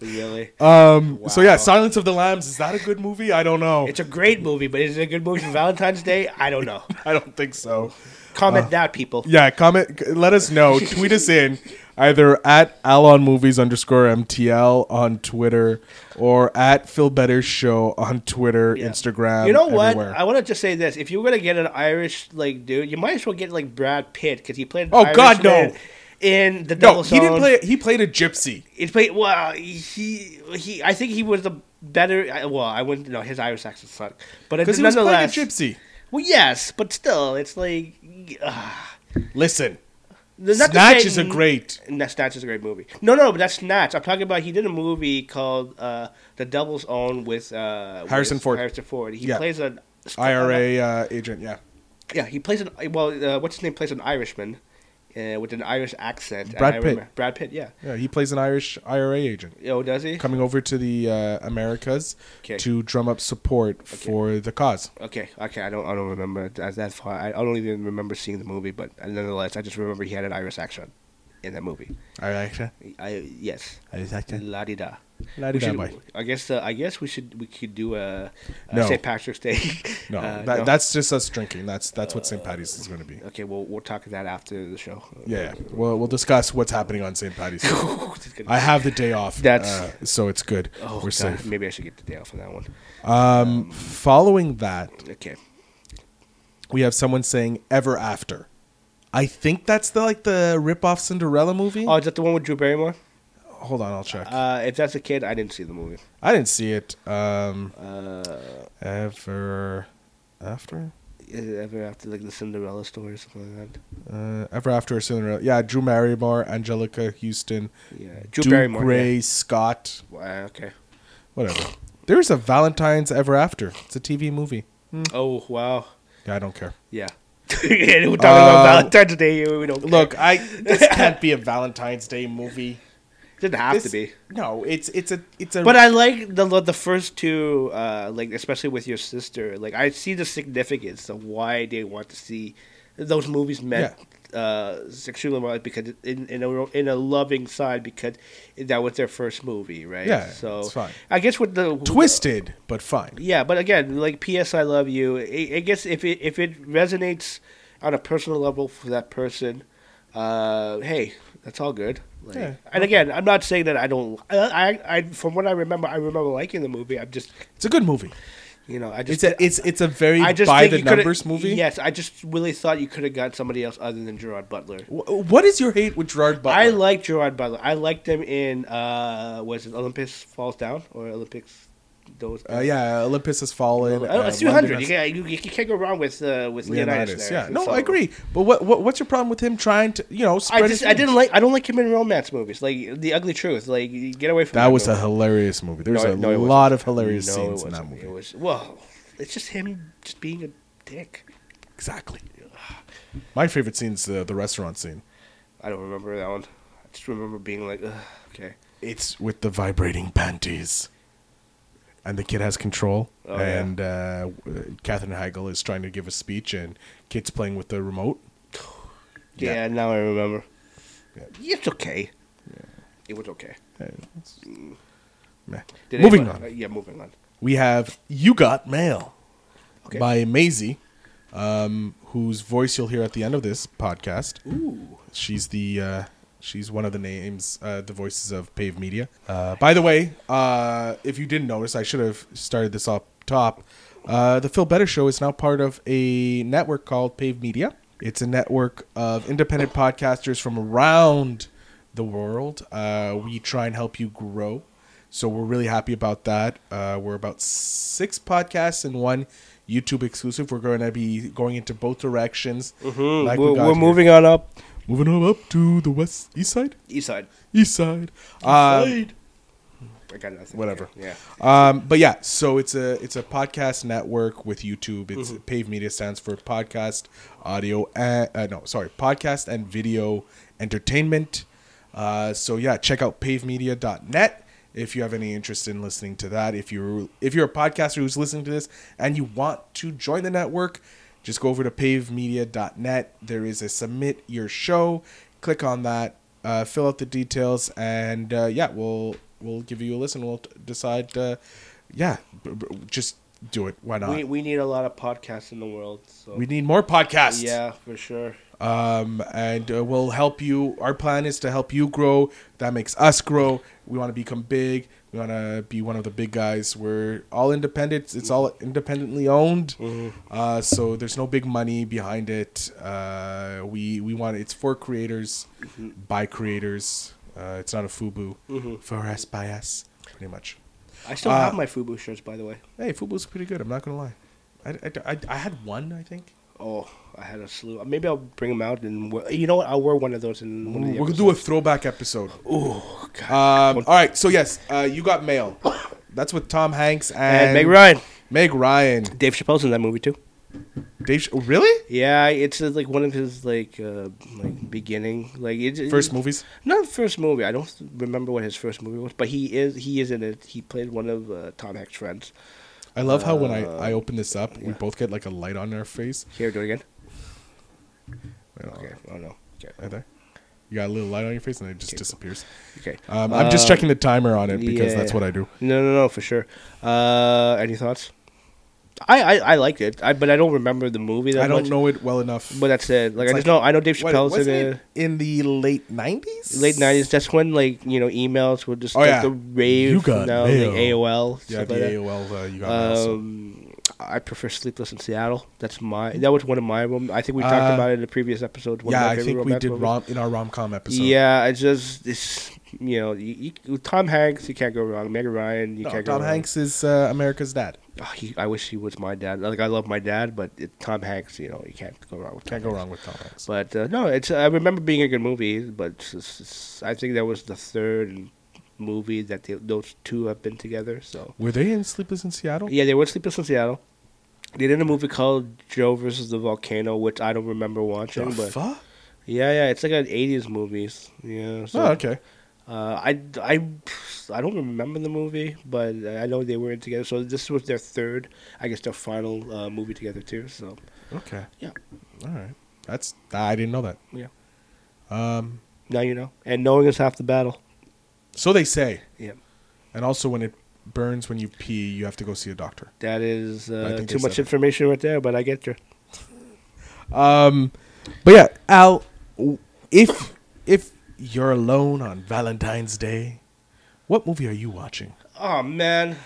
D: Really,
C: um. So yeah,
D: Wow.
C: Silence of the Lambs is that a good movie? I don't know.
D: it's a great movie, but is it a good movie for Valentine's Day? I don't know.
C: I don't think so.
D: Comment
C: Uh,
D: that, people.
C: Yeah, comment. Let us know. Tweet us in either at Alon Movies underscore MTL on Twitter or at Phil Better Show on Twitter,
D: Yeah.
C: Instagram.
D: You know what?
C: everywhere.
D: I want to just say this: if you're gonna get an Irish like dude, you might as well get like Brad Pitt because he played. an
C: Oh,
D: Irish
C: God, no.
D: man In the
C: no,
D: double
C: he didn't play. He played a gypsy.
D: He played well. He he. I think he was the better. I- Well, I wouldn't. No, his Irish accent sucked, but
C: Because
D: it's
C: he was playing a
D: nonetheless.
C: gypsy.
D: Well, yes, but still, it's like. Uh,
C: Listen,
D: There's not to
C: Snatch
D: say-
C: is a great.
D: And that Snatch is a great movie. No, no, but that's Snatch. I'm talking about he did a movie called uh, The Devil's Own with uh,
C: Harrison
D: with
C: Ford.
D: Harrison Ford. He
C: Yeah.
D: plays an
C: IRA uh, agent. Yeah,
D: Yeah, he plays an well. Uh, what's his name? Plays an Irishman, uh, with an Irish accent. and
C: Brad
D: I
C: Pitt.
D: remem- Brad Pitt. Yeah.
C: yeah. He plays an Irish IRA agent.
D: Oh, does he?
C: coming over to the uh, Americas
D: Okay.
C: to drum up support for the cause.
D: Okay. Okay. I don't. I don't remember that, that far. I, I don't even remember seeing the movie, but nonetheless, I just remember he had an Irish accent in that movie.
C: All right,
D: I yes.
C: Irish accent.
D: La di da.
C: Laddie
D: We
C: that
D: should-
C: way.
D: I guess uh, I guess we should we could do a, a
C: No.
D: St. Patrick's Day.
C: No,
D: Uh,
C: that, that's just us drinking. That's that's what St. Patty's is going to be.
D: okay. Well, we'll talk that after the show.
C: Yeah, yeah. We'll, we'll discuss what's happening on St. Patty's.
D: This is gonna-
C: I have the day off.
D: That's-
C: uh, so it's good.
D: Oh,
C: We're
D: God,
C: safe.
D: Maybe I should get the day off on that one.
C: Following that,
D: Okay.
C: we have someone saying "Ever After." I think that's the like the rip-off Cinderella movie.
D: Oh, is that the one with Drew Barrymore?
C: Hold on, I'll check.
D: Uh, if that's the kid, I didn't see the movie.
C: I didn't see it. Um,
D: uh,
C: ever after.
D: Is it ever after like the Cinderella story or something like that?
C: Uh, Ever After or Cinderella. Yeah, Drew Barrymore, Angelica Houston,
D: Yeah, Drew
C: Drew
D: Barrymore.
C: Gray,
D: yeah.
C: Scott,
D: Wow, okay.
C: whatever. There's a Valentine's Ever After. It's a TV movie.
D: Oh wow.
C: Yeah, I don't care.
D: Yeah. Uh, We're talking about Valentine's Day. We don't care.
C: Look, I this can't be a Valentine's Day movie.
D: It didn't have to
C: This-
D: be.
C: No, it's it's a it's a.
D: But I like the the first two, uh, like especially with your sister. Like I see the significance of why they want to see those movies meant uh, sexually well because in in a in a loving side because that was their first movie, right?
C: Yeah,
D: so
C: it's fine.
D: I guess with the
C: twisted, but fine.
D: yeah, but again, like P.S. I love you. I, I guess if it if it resonates on a personal level for that person, uh, hey, that's all good. Like,
C: Yeah.
D: And again, I'm not saying that I don't. I, I, I from what I remember, I remember liking the movie. I'm just,
C: It's a good movie.
D: you know, I
C: It's
D: just.
C: a it's it's a very
D: I just
C: by
D: think
C: the
D: you coulda-
C: numbers movie.
D: Yes, I just really thought you could have got somebody else other than Gerard Butler.
C: Wh- What is your hate with Gerard Butler?
D: I like Gerard Butler. I liked him in uh, was it Olympus Falls Down or Olympics? Those
C: Uh, yeah, Olympus has fallen.
D: Oh,
C: uh,
D: it's 200.
C: London
D: You,
C: has-
D: can, you, you can't go wrong with uh, with Leonidas.
C: Leonidas.
D: there.
C: Yeah, no,
D: So-
C: I agree. But what, what what's your problem with him trying to you know spread?
D: I just
C: his
D: I didn't
C: image?
D: like I don't like him in romance movies like The Ugly Truth like get away from
C: That was a
D: movie.
C: hilarious movie. There's
D: No,
C: a
D: no, it wasn't.
C: lot of hilarious
D: No,
C: scenes
D: it
C: in that
D: wasn't.
C: movie.
D: It was well, it's just him just being a dick.
C: Exactly. My favorite scene's the the restaurant scene.
D: I don't remember that one. I just remember being like, Ugh, okay,
C: It's with the vibrating panties, and the kid has control.
D: Oh, yeah.
C: and uh, Catherine Heigl is trying to give a speech, and kid's playing with the remote.
D: yeah,
C: Yeah.
D: now I remember.
C: Yeah.
D: It's okay. It was okay.
C: Hey, it's- meh.
D: Did
C: Moving
D: anyone-
C: on.
D: uh, yeah, moving on.
C: we have "You Got Mail"
D: Okay.
C: by Maisie, um, whose voice you'll hear at the end of this podcast. Ooh, she's the uh, she's one of the names, uh, the voices of Pave Media. Uh, by the way, uh, if you didn't notice, I should have started this up top. Uh, the Phil Better Show is now part of a network called Pave Media. It's a network of independent podcasters from around the world. Uh, we try and help you grow. So we're really happy about that. Uh, we're about six podcasts and one YouTube exclusive. We're going to be going into both directions. like we
D: Mm-hmm. we're
C: got
D: we're
C: here.
D: moving on up
C: moving on up to the west east side,
D: east side.
C: east side. Um,
D: I got nothing.
C: whatever.
D: Yeah.
C: um, but yeah, so it's a it's a podcast network with YouTube. It's Pave Media stands for podcast audio. And, uh, no, sorry, podcast and video entertainment. Uh, so yeah, check out pavemedia.net if you have any interest in listening to that. If you're if you're a podcaster who's listening to this and you want to join the network, just go over to pavemedia.net. There is a submit your show. Click on that, uh, fill out the details, and uh, yeah, we'll we'll give you a listen. We'll t- decide. Uh, yeah, b- b- just do it. Why not?
D: We,
C: We,
D: we need a lot of podcasts in the world. So
C: need more podcasts.
D: yeah, for sure.
C: Um, and uh, we'll help you. Our plan is to help you grow. That makes us grow. We want to become big. We want to be one of the big guys. We're all independent. It's all independently owned.
D: Mm-hmm.
C: Uh, so there's no big money behind it. Uh, we we want it's for creators,
D: Mm-hmm.
C: by creators. Uh, it's not a FUBU for us by us, pretty much.
D: I still
C: Uh,
D: have my FUBU shirts, by the way.
C: Hey, FUBU's pretty good. I'm not gonna lie. I, I, I, I had one, I think.
D: Oh, I had a slew. Maybe I'll bring them out and wear, you know what? I'll wear one of those in one of the
C: We're gonna do a
D: episodes.
C: throwback episode.
D: Oh God!
C: Um, all right, so yes, uh, you got mail. That's with Tom Hanks and,
D: and Meg Ryan.
C: Meg Ryan.
D: Dave Chappelle's in that movie too.
C: Dave, Ch- really?
D: Yeah, it's uh, like one of his like uh, like beginning like it, it-
C: First movies.
D: Not first movie. I don't remember what his first movie was, but he is he is in it. He played one of uh, Tom Hanks' friends.
C: I love how when I,
D: Uh,
C: I open this up, we both get like a light on our face.
D: Here, do it again.
C: Right on.
D: Okay. Oh no. Okay.
C: Right there. You got a little light on your face and it just disappears.
D: Okay.
C: Um, I'm just
D: Uh,
C: checking the timer on it because that's
D: yeah.
C: what I do.
D: No, no, no, for sure. Uh, any thoughts? I, I, I liked it, I, but I don't remember the movie. That
C: I don't
D: much.
C: know it well enough.
D: But that's it. Like
C: It's
D: I just
C: like-
D: know I know Dave
C: What,
D: Chappelle's
C: wasn't
D: in
C: it in the late 90s?
D: the late nineties. That's when like you know emails were just
C: Oh,
D: like
C: yeah.
D: the rave.
C: You got
D: now,
C: mail.
D: like AOL.
C: Yeah,
D: stuff
C: the
D: like that.
C: AOL. Uh, you got that also.
D: Um, I prefer Sleepless in Seattle. That's my. That was one of my. rom- I think we talked
C: Uh,
D: about it in the previous episode. One of
C: Yeah,
D: my
C: I
D: favorite
C: think we
D: romance
C: did
D: movies.
C: rom- in our rom com episode.
D: Yeah, I just it's you know you, you, Tom Hanks you can't go wrong. Meg Ryan you
C: No,
D: can't
C: Tom
D: go
C: Hanks is uh, America's dad.
D: wrong. Oh, he, I wish he was my dad. Like I love my dad, but it, Tom Hanks you know you can't go wrong with Tom
C: Can't go
D: Hanks.
C: wrong with Tom Hanks.
D: But uh, no, it's I remember being a good movie, but it's, it's, it's- I think that was the third movie that they, those two have been together. So
C: Were they in Sleepless in Seattle?
D: yeah, they were Sleepless in Seattle. They did a movie called Joe versus the Volcano, which I don't remember
C: The
D: watching, but
C: fuck?
D: yeah, yeah, it's like an '80s movie. Yeah. So,
C: Oh, okay.
D: Uh, I, I, I don't remember the movie, but I know they were in together. So this was their third, I guess, their final uh, movie together too. So
C: Okay.
D: yeah,
C: All right. That's I didn't know that.
D: yeah.
C: Um,
D: Now you know, and knowing is half the battle.
C: so they say.
D: Yeah,
C: And also, when it burns when you pee, you have to go see a doctor.
D: that is uh,
C: think
D: too
C: they
D: much
C: said it.
D: information right there, but I get you.
C: But yeah, Al, w- if if you're alone on Valentine's Day, what movie are you watching?
D: Oh man,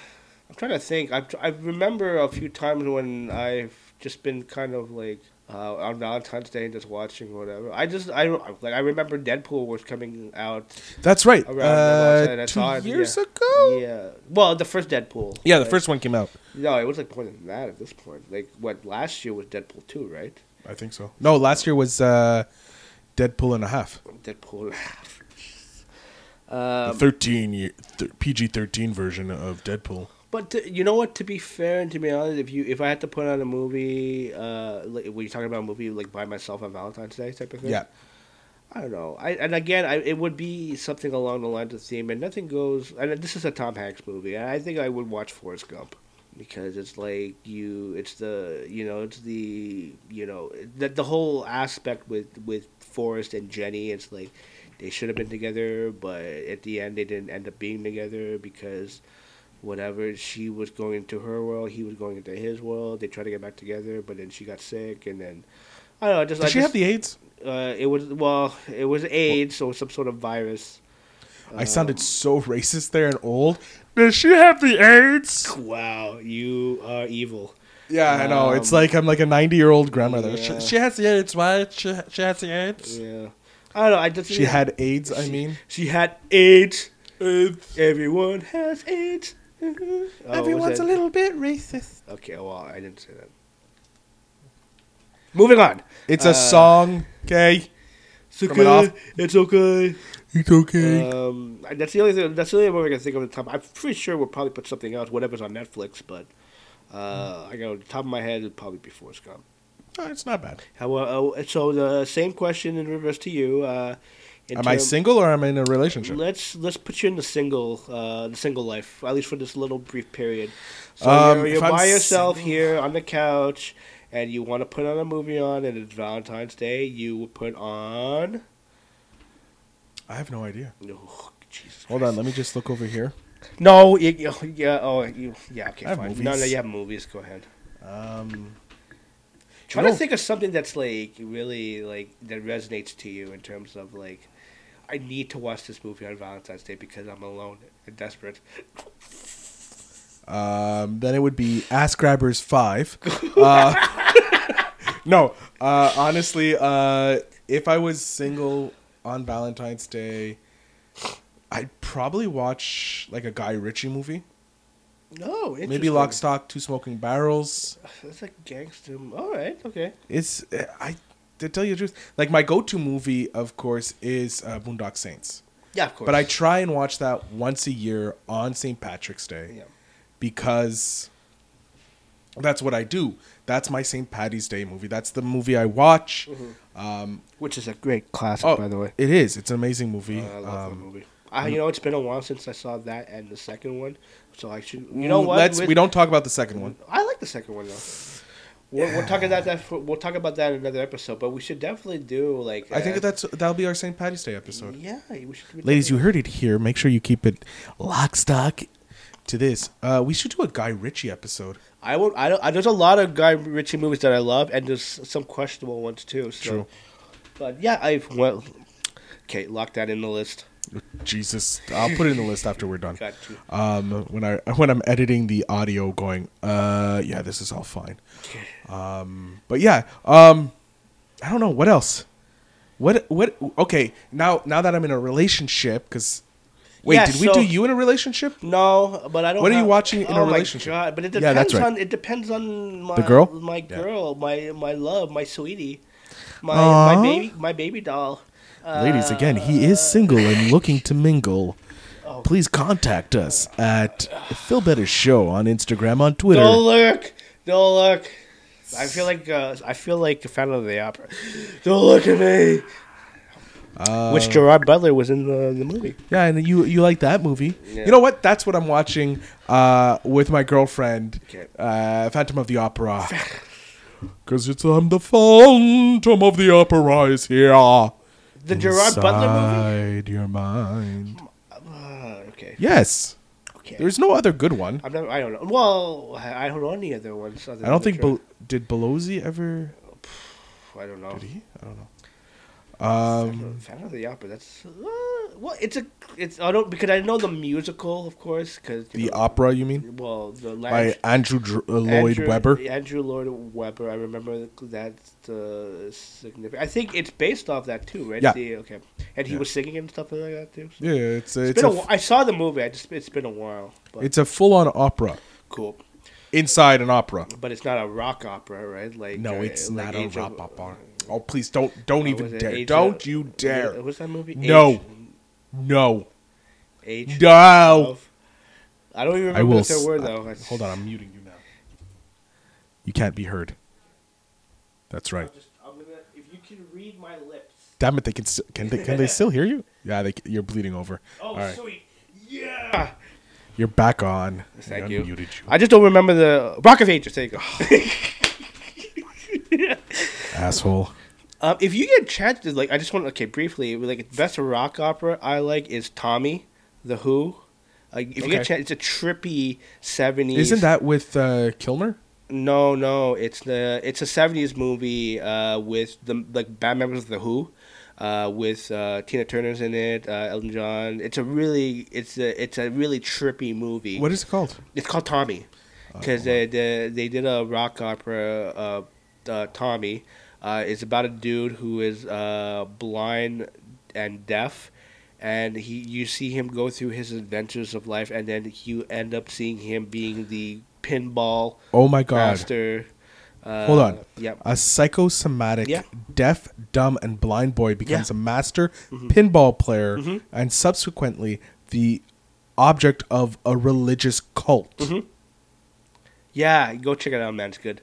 D: I'm trying to think. I I remember a few times when I've just been kind of like uh, on Valentine's Day and just watching whatever. I just I like I remember Deadpool was coming out
C: That's right.
D: around
C: uh,
D: Valentine's Day. I
C: two
D: saw it,
C: years
D: yeah.
C: ago. Yeah,
D: Yeah. Well, the first Deadpool.
C: the
D: right?
C: first one came out.
D: No, it was like more than that at this point. Like what last year was Deadpool two, right?
C: I think so. No, last year was uh, Deadpool and a half.
D: Deadpool. Um,
C: the thirteen year th- PG thirteen version of Deadpool.
D: But to, you know what? To be fair and to be honest, if you if I had to put on a movie, uh, like, were you talking about a movie like by myself on Valentine's Day type of thing?
C: Yeah.
D: I don't know. I and again, I, it would be something along the lines of theme, and nothing goes. And this is a Tom Hanks movie, and I think I would watch Forrest Gump because it's like you, it's the you know, it's the you know, that the whole aspect with with Forrest and Jenny. It's like they should have been together, but at the end they didn't end up being together because whatever she was going into her world, he was going into his world. They tried to get back together, but then she got sick, and then. I don't know. Just
C: Did
D: I
C: she
D: just,
C: have the AIDS?
D: uh, it was well, it was AIDS, so some sort of virus.
C: I sounded so racist there and old. Does she have the AIDS?
D: Wow, you are evil.
C: Yeah, I know. It's like I'm like a 90 year old grandmother.
D: yeah.
C: She, she has the AIDS, right? She, she has the AIDS.
D: Yeah, I don't know. I just
C: She had AIDS. I mean,
D: she had AIDS. Everyone has AIDS. Oh, was that-
C: bit racist.
D: Okay, well, I didn't say that. Moving on.
C: It's a
D: Uh,
C: song, okay?
D: It's
C: Coming off.
D: okay. It's okay.
C: It's okay.
D: Um, that's the only thing. That's the only one I can think of. At the top. I'm pretty sure we'll probably put something else, whatever's on Netflix. But uh,
C: Hmm.
D: I go top of my head, it'd probably be Forrest Gump.
C: Oh, it's not bad.
D: How, uh, so the same question in reverse to you. Uh, in
C: Am I
D: term-
C: single or am I in a relationship?
D: Let's let's put you in the single uh, the single life at least for this little brief period. So
C: Um,
D: you're,
C: if
D: you're
C: I'm
D: by yourself
C: single-
D: here on the couch, and you want to put on a movie on, and it's Valentine's Day. You would put on.
C: I have no idea.
D: Oh, Jesus
C: Hold on, let me just look over here.
D: Christ. No, you, you, yeah, oh, you, yeah, okay,
C: I have
D: fine. No, no,
C: movies.
D: you have movies. Go ahead.
C: Um,
D: Try
C: You
D: to
C: know-
D: think of something that's like really like that resonates to you in terms of like, I need to watch this movie on Valentine's Day because I'm alone and desperate.
C: um, then it would be Ass Grabbers 5. Uh, no, uh, honestly, uh, if I was single on Valentine's Day, I'd probably watch like a Guy Ritchie movie.
D: No,
C: Maybe
D: interesting.
C: Lock, Stock, Two Smoking Barrels.
D: That's like gangster. All right, okay.
C: It's I to tell you the truth, like my go-to movie, of course, is uh, Boondock Saints.
D: Yeah, of course.
C: But I try and watch that once a year on St. Patrick's Day
D: Yeah.
C: because That's what I do. That's my St. Patty's Day movie. That's the movie I watch.
D: Mm-hmm.
C: Um,
D: which is a great classic,
C: oh,
D: by the way.
C: it is. It's an amazing movie.
D: Oh, I love
C: Um,
D: that movie. I, you know, it's been a while since I saw that and the second one, so I should. You know what?
C: Let's.
D: With-
C: We don't talk about the second one.
D: I like the second one though. We'll, we'll talk about that. For, we'll talk about that in another episode. But we should definitely do like.
C: I think
D: uh,
C: that's that'll be our St. Patty's Day episode.
D: Yeah, we should. we
C: Ladies, you
D: definitely-
C: heard it here. Make sure you keep it lock stock to this. Uh, we should do a Guy Ritchie episode.
D: I would. I don't. I, there's a lot of Guy Ritchie movies that I love, and there's some questionable ones too. So.
C: True.
D: But yeah, I well. Okay, lock that in the list.
C: Jesus, I'll put it in the list after we're done.
D: Got you.
C: Um, when I when I'm editing the audio, going, uh, yeah, this is all fine. Um, but yeah, um, I don't know what else. What what? Okay, now now that I'm in a relationship, because wait,
D: Yeah,
C: did we
D: so-
C: do you in a relationship?
D: No, but I don't.
C: What are you
D: have-
C: watching in a
D: oh my
C: relationship?
D: God, But it depends
C: Yeah, that's right.
D: on it depends on my
C: The girl?
D: my
C: Yeah.
D: girl, my my love, my sweetie, my
C: Aw.
D: my baby, my baby doll. Uh,
C: Ladies, again, he is single and looking to mingle.
D: Oh.
C: Please contact us at Phil Better Show on Instagram, on Twitter.
D: Don't look. Don't look. I feel like uh, I feel like the Phantom of the Opera. Don't look at me.
C: Uh,
D: Which Gerard Butler was in the, the movie.
C: Yeah, and you you like that movie?
D: Yeah.
C: You know what? That's what I'm watching uh, with my girlfriend,
D: Okay.
C: uh, Phantom of the Opera. Cause it's I'm the Phantom of the Opera is here.
D: The Gerard Butler movie.
C: Inside your mind.
D: Uh, okay.
C: Yes,
D: Okay.
C: there's no other good one.
D: I'm not, I don't know. Well, I I don't know any other ones. Other
C: I don't
D: than
C: think
D: the
C: Bel- did Belosi ever.
D: Gerard- I don't know.
C: Did he? I don't know. uh,
D: Um, Phantom of the Opera. That's uh, well, it's a it's I don't because I know the musical, of course, because
C: The opera, you mean?
D: well the
C: By
D: last
C: Andrew Dr- uh, Lloyd
D: Andrew-
C: Webber.
D: Andrew Lloyd Webber. I remember that's uh, significant. I think it's based off that too, right?
C: Yeah.
D: The- okay. And he was singing and stuff like that too.
C: Yeah, it's a,
D: It's
C: it's
D: been a,
C: a,
D: wh- I saw the movie. I just it's been a while. But
C: it's a full on opera
D: cool,
C: inside an opera.
D: but it's not a rock opera, right? Like
C: No,
D: uh,
C: it's
D: like
C: not a
D: Age of-
C: rap opera. Oh, please don't don't
D: uh, was
C: even
D: it
C: dare!
D: Age
C: Don't
D: of-
C: you dare!
D: What was that movie?
C: No.
D: Age,
C: No,
D: Age
C: no.
D: of- I don't even remember
C: I will.
D: what there were
C: s-
D: though.
C: I- hold on, I'm muting you now. You can't be heard. That's right.
D: I'm gonna, if you can read my lips.
C: Damn it! They can st- can they can they still hear you? Yeah, they, c- you're bleeding over. All right,
D: Oh, sweet. Yeah.
C: you're back on.
D: Thank
C: I
D: you.
C: unmuted
D: I just don't remember the Rock of Ages. There you go.
C: asshole.
D: um, if you get a chance to like, I just want okay briefly like the best rock opera I like is Tommy, The Who. Like if you get a
C: Okay.
D: chance, it's a trippy seventies.
C: Isn't that with uh, Kilmer?
D: No, no, it's the it's a seventies movie uh, with the like band members of the Who, uh, with uh, Tina Turner's in it, uh, Elton John. It's a really it's a it's a really trippy movie.
C: What is it called?
D: It's called Tommy,
C: Oh,
D: because they, they they did a rock opera. Uh, uh, Tommy uh, is about a dude who is uh, blind and deaf, and he you see him go through his adventures of life, and then you end up seeing him being the pinball
C: Oh my god!
D: master. Uh,
C: Hold on.
D: Yep.
C: A psychosomatic,
D: Yeah.
C: deaf, dumb, and blind boy becomes a master
D: Mm-hmm.
C: pinball player and subsequently the object of a religious cult.
D: Mm-hmm. yeah, go check it out, man. It's good.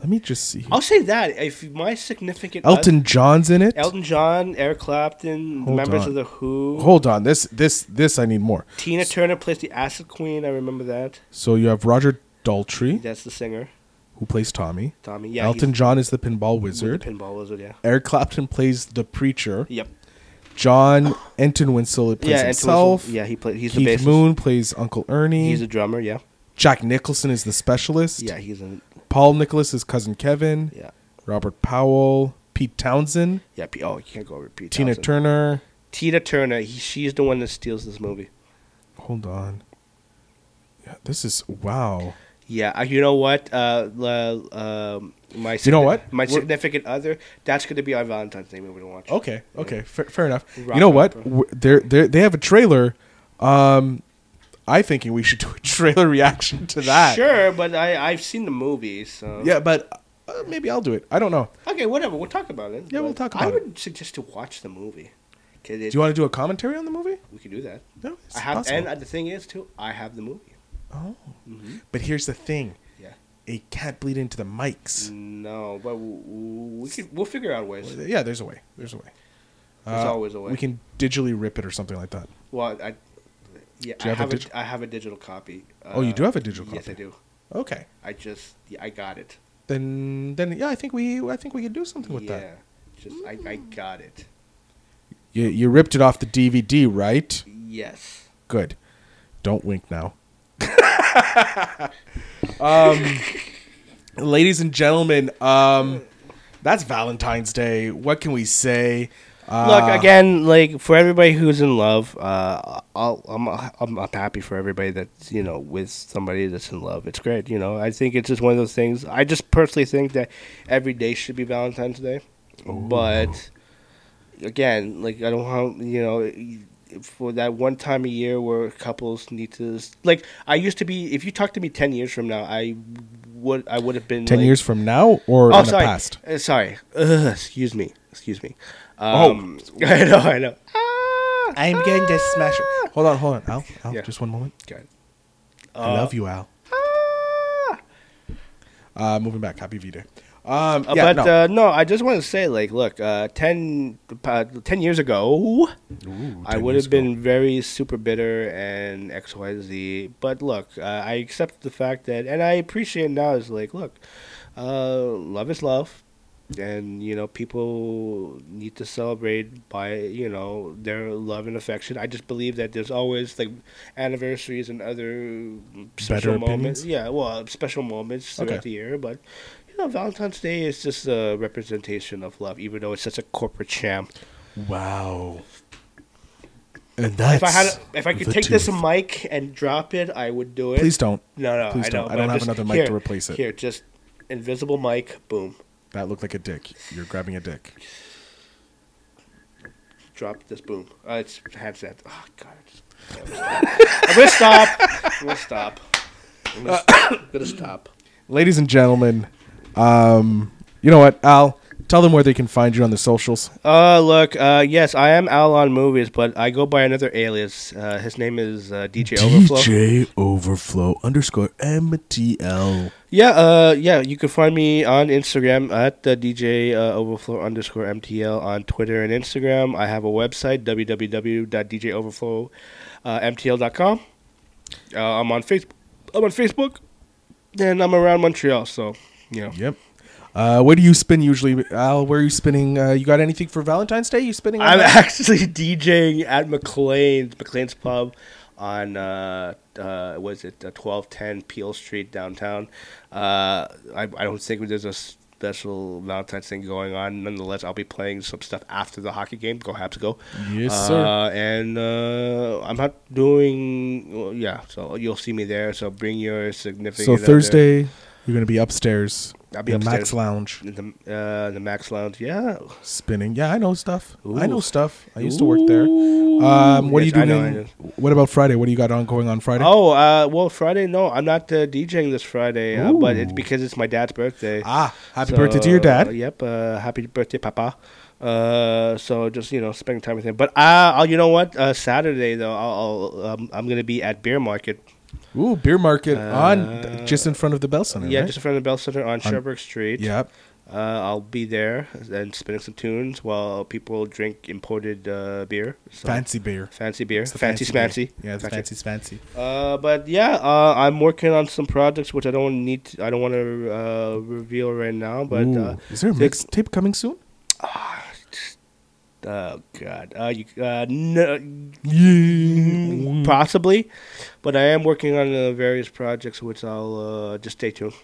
C: Let me just see. here.
D: I'll say that if my significant oth-
C: Elton John's in it.
D: Elton John, Eric Clapton, the
C: Hold
D: members
C: on.
D: of the Who.
C: Hold on. This this this I need more.
D: Tina Turner plays the acid queen. I remember that.
C: So you have Roger Daltrey
D: That's the singer,
C: who plays Tommy.
D: Tommy. Yeah,
C: Elton
D: he's
C: John is the pinball
D: with
C: wizard.
D: the pinball wizard. Yeah.
C: Eric Clapton plays the preacher.
D: Yep.
C: John Enton Winslow plays
D: yeah, and
C: himself.
D: Tulsa- Yeah, he plays. He's the
C: Keith
D: bassist.
C: Moon plays Uncle Ernie.
D: He's a drummer. Yeah.
C: Jack Nicholson is the specialist.
D: Yeah, he's in.
C: Paul Nicholas is cousin Kevin.
D: Yeah.
C: Robert Powell, Pete Townsend,
D: Yeah. P- Oh, you can't go over Pete.
C: Tina
D: Townsend.
C: Turner.
D: Tina Turner. He, she's the one that steals this movie.
C: Hold on. Yeah, this is wow.
D: Yeah, uh, you know what? Uh, la- um, my
C: You know
D: signi-
C: what?
D: My
C: We're-
D: significant other. That's going to be our Valentine's Day movie to watch.
C: Okay, okay, fair, fair enough.
D: Rock
C: you know what?
D: opera.
C: We're- They're, they're, they have a trailer. Um, I thinking we should do a trailer reaction to that.
D: Sure, but I I've seen the movie, so
C: Yeah, but uh, maybe I'll do it. I don't know.
D: Okay, whatever. We'll talk about it.
C: Yeah, we'll
D: But
C: talk about
D: I
C: it.
D: would suggest to watch the movie. 'Cause it-
C: Do you want to do a commentary on the movie?
D: we could do that.
C: No, it's
D: I have,
C: possible.
D: and uh, the thing is too, I have the movie.
C: oh. But here's the thing.
D: Yeah. Mm.
C: it can't bleed into the mics.
D: No, but w- w- we can, we'll figure out ways. There's
C: Yeah, there's a way. There's a way. Uh,
D: always a way.
C: We can digitally rip it or something like that.
D: Well, I yeah,
C: Do you have a
D: I have, a
C: digi-
D: I have a digital copy. uh,
C: Oh, you do have a digital
D: Yes, I
C: copy.
D: do.
C: Okay.
D: I just yeah, I got it.
C: Then then yeah, I think we I think we can do something with
D: yeah,
C: that.
D: just I, I got it.
C: You you ripped it off the DVD, right?
D: Yes.
C: Good. Don't wink now. um, ladies and gentlemen, um, that's Valentine's Day. What can we say? Uh,
D: Look again, like for everybody who's in love, uh, I'll, I'm, I'm I'm happy for everybody that's you know with somebody that's in love. It's great, you know. I think it's just one of those things. I just personally think that every day should be Valentine's Day, but again, like I don't want you know for that one time a year where couples need to like I used to be. If you talk to me ten years from now, I would I would have been
C: ten
D: like-
C: years from now or
D: Oh,
C: in
D: sorry.
C: the past?
D: Uh, sorry. Ugh, excuse me. Excuse me.
C: Oh.
D: Um, I know. I know. I'm going to smash it.
C: Hold on, hold on, Al. Al,
D: Ah. Yeah.
C: just one moment.
D: Good.
C: I love you, Al. Uh, moving back. Happy V Day. Um,
D: Uh,
C: yeah,
D: Ah. but
C: no.
D: uh, no, I just want to say, like, look, uh, 10, uh, 10 years ago, I
C: 10
D: would
C: years
D: have been very super bitter and X, Y, Z. But look, uh, I accept the fact that, and I appreciate now is like, look, uh, love is love. And, you know, people need to celebrate by, you know, their love and affection. I just believe that there's always, like, anniversaries and other special moments.
C: opinions?
D: Yeah, well, special moments throughout
C: Okay.
D: the year, but you know, Valentine's Day is just a representation of love, even though it's such a corporate sham.
C: wow. And that's
D: If I had, a, if I could
C: the
D: take this
C: tooth.
D: mic and drop it, I would do it.
C: Please don't.
D: No, no,
C: Please
D: I don't.
C: don't. I don't have another mic to replace it.
D: Here, just invisible mic. Boom,
C: That looked like a dick. You're grabbing a dick.
D: drop this. Boom. Uh, it's handset. Oh God. I just- I'm gonna stop. I'm gonna stop. I'm gonna, I'm gonna stop.
C: ladies and gentlemen, um, you know what, Al? Tell them where they can find you on the socials.
D: Uh, look, uh, yes, I am Al on movies, but I go by another alias. Uh, his name is uh, DJ Overflow.
C: Overflow underscore MTL.
D: Yeah, uh, yeah, you can find me on Instagram at the DJ uh, Overflow underscore MTL on Twitter and Instagram. I have a website, www.djoverflowmtl.com. Uh, MTL.com. uh, I'm on Facebook. I'm on Facebook, and I'm around Montreal, so, you know.
C: Yep. Uh, where do you spin usually, Al? Where are you spinning? Uh, you got anything for Valentine's Day? You spinning? on
D: I'm
C: that?
D: actually DJing at McLean's, McLean's Pub on, uh, uh, was it uh, 1210 Peel Street downtown. Uh, I, I don't think there's a special Valentine's thing going on. Nonetheless, I'll be playing some stuff after the hockey game. Go Habs, go.
C: Yes, sir.
D: Uh, and uh, I'm not doing, well, yeah, so you'll see me there. So bring your significant.
C: so
D: other.
C: Thursday, you're gonna be upstairs.
D: I'll be
C: in
D: upstairs.
C: Max Lounge
D: In the, uh, the Max Lounge, yeah.
C: spinning. Yeah, I know stuff. I know
D: Ooh.
C: stuff. I used to work there. Um, what
D: Yes,
C: are
D: I
C: you
D: know, I
C: doing? What about Friday? What do you got on going on Friday?
D: Oh, uh, well, Friday. No, I'm not uh, DJing this Friday, uh, but it's because it's my dad's birthday.
C: Ah, happy
D: So,
C: birthday to your dad.
D: Yep. Uh, happy birthday, Papa. Uh, so just you know, spending time with him. But uh, I'll, you know what? Uh, Saturday though, I'll, I'll um, I'm gonna be at Beer Market.
C: Ooh, beer market on just in front of the Bell Center.
D: Uh, Yeah,
C: right?
D: just in front of the Bell Center on Sherbrooke Street.
C: Yep.
D: Uh, I'll be there and spinning some tunes while people drink imported uh, beer. So,
C: Fancy beer.
D: Fancy beer,
C: It's the
D: fancy,
C: beer.
D: smancy.
C: Yeah, the fancy smancy.
D: Uh, but yeah, uh, I'm working on some projects which I don't need. To, I don't want to uh, reveal right now. But
C: Ooh,
D: uh,
C: is there a
D: the-
C: mixtape coming soon?
D: Oh God, uh, you, uh, no,
C: Yeah.
D: possibly. But I am working on uh, various projects which I'll uh, just stay tuned.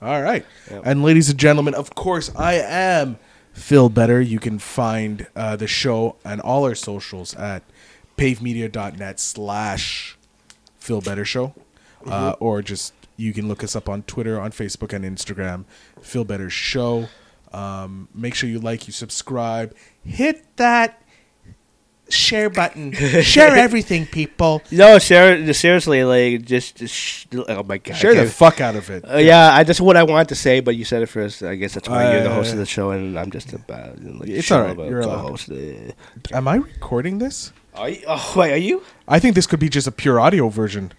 C: All right.
D: Yep.
C: And ladies and gentlemen, of course, I am Phil Better. You can find uh, the show and all our socials at pavemedia.net slash Phil Better Show. Uh, or just you can look us up on Twitter, on Facebook, and Instagram, Phil Better Show. Um, make sure you like, you subscribe, hit that share button, share everything, people.
D: No, ser- seriously, like just, just sh- oh my God,
C: Share the
D: okay.
C: fuck out of it.
D: Uh, yeah, I just what I wanted to say, but you said it first. I guess that's why you're the
C: Uh,
D: host of the show, and I'm just about like,
C: It's
D: chill
C: alright,
D: about
C: you're allowed.
D: co-host. Uh,
C: Am I recording this?
D: Are you, oh, wait, are you?
C: I think this could be just a pure audio version.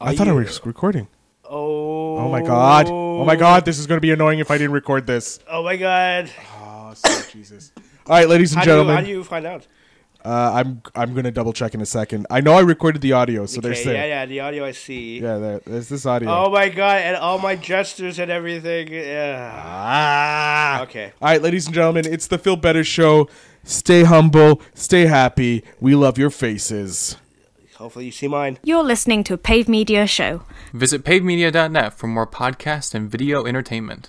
C: I
D: Are
C: thought I
D: you-
C: was recording.
D: Oh.
C: Oh my god. Oh my god, this is going to be annoying if I didn't record this.
D: Oh my god.
C: Oh, sweet Jesus. All right, ladies and
D: Ah, How do, you,
C: gentlemen.
D: how do you find out?
C: Uh, I'm I'm gonna double check in a second. I know I recorded the audio, so
D: Okay,
C: there's there.
D: yeah,
C: Yeah,
D: yeah, the audio I see.
C: there, there's this audio.
D: Oh my god, and all my gestures and everything. Yeah.
C: Ah.
D: Okay.
C: All right, ladies and gentlemen, it's the Feel Better Show. Stay humble, stay happy. We love your faces.
D: Hopefully you see mine.
A: You're listening to a Pave Media show.
B: Visit pavemedia.net for more podcast and video entertainment.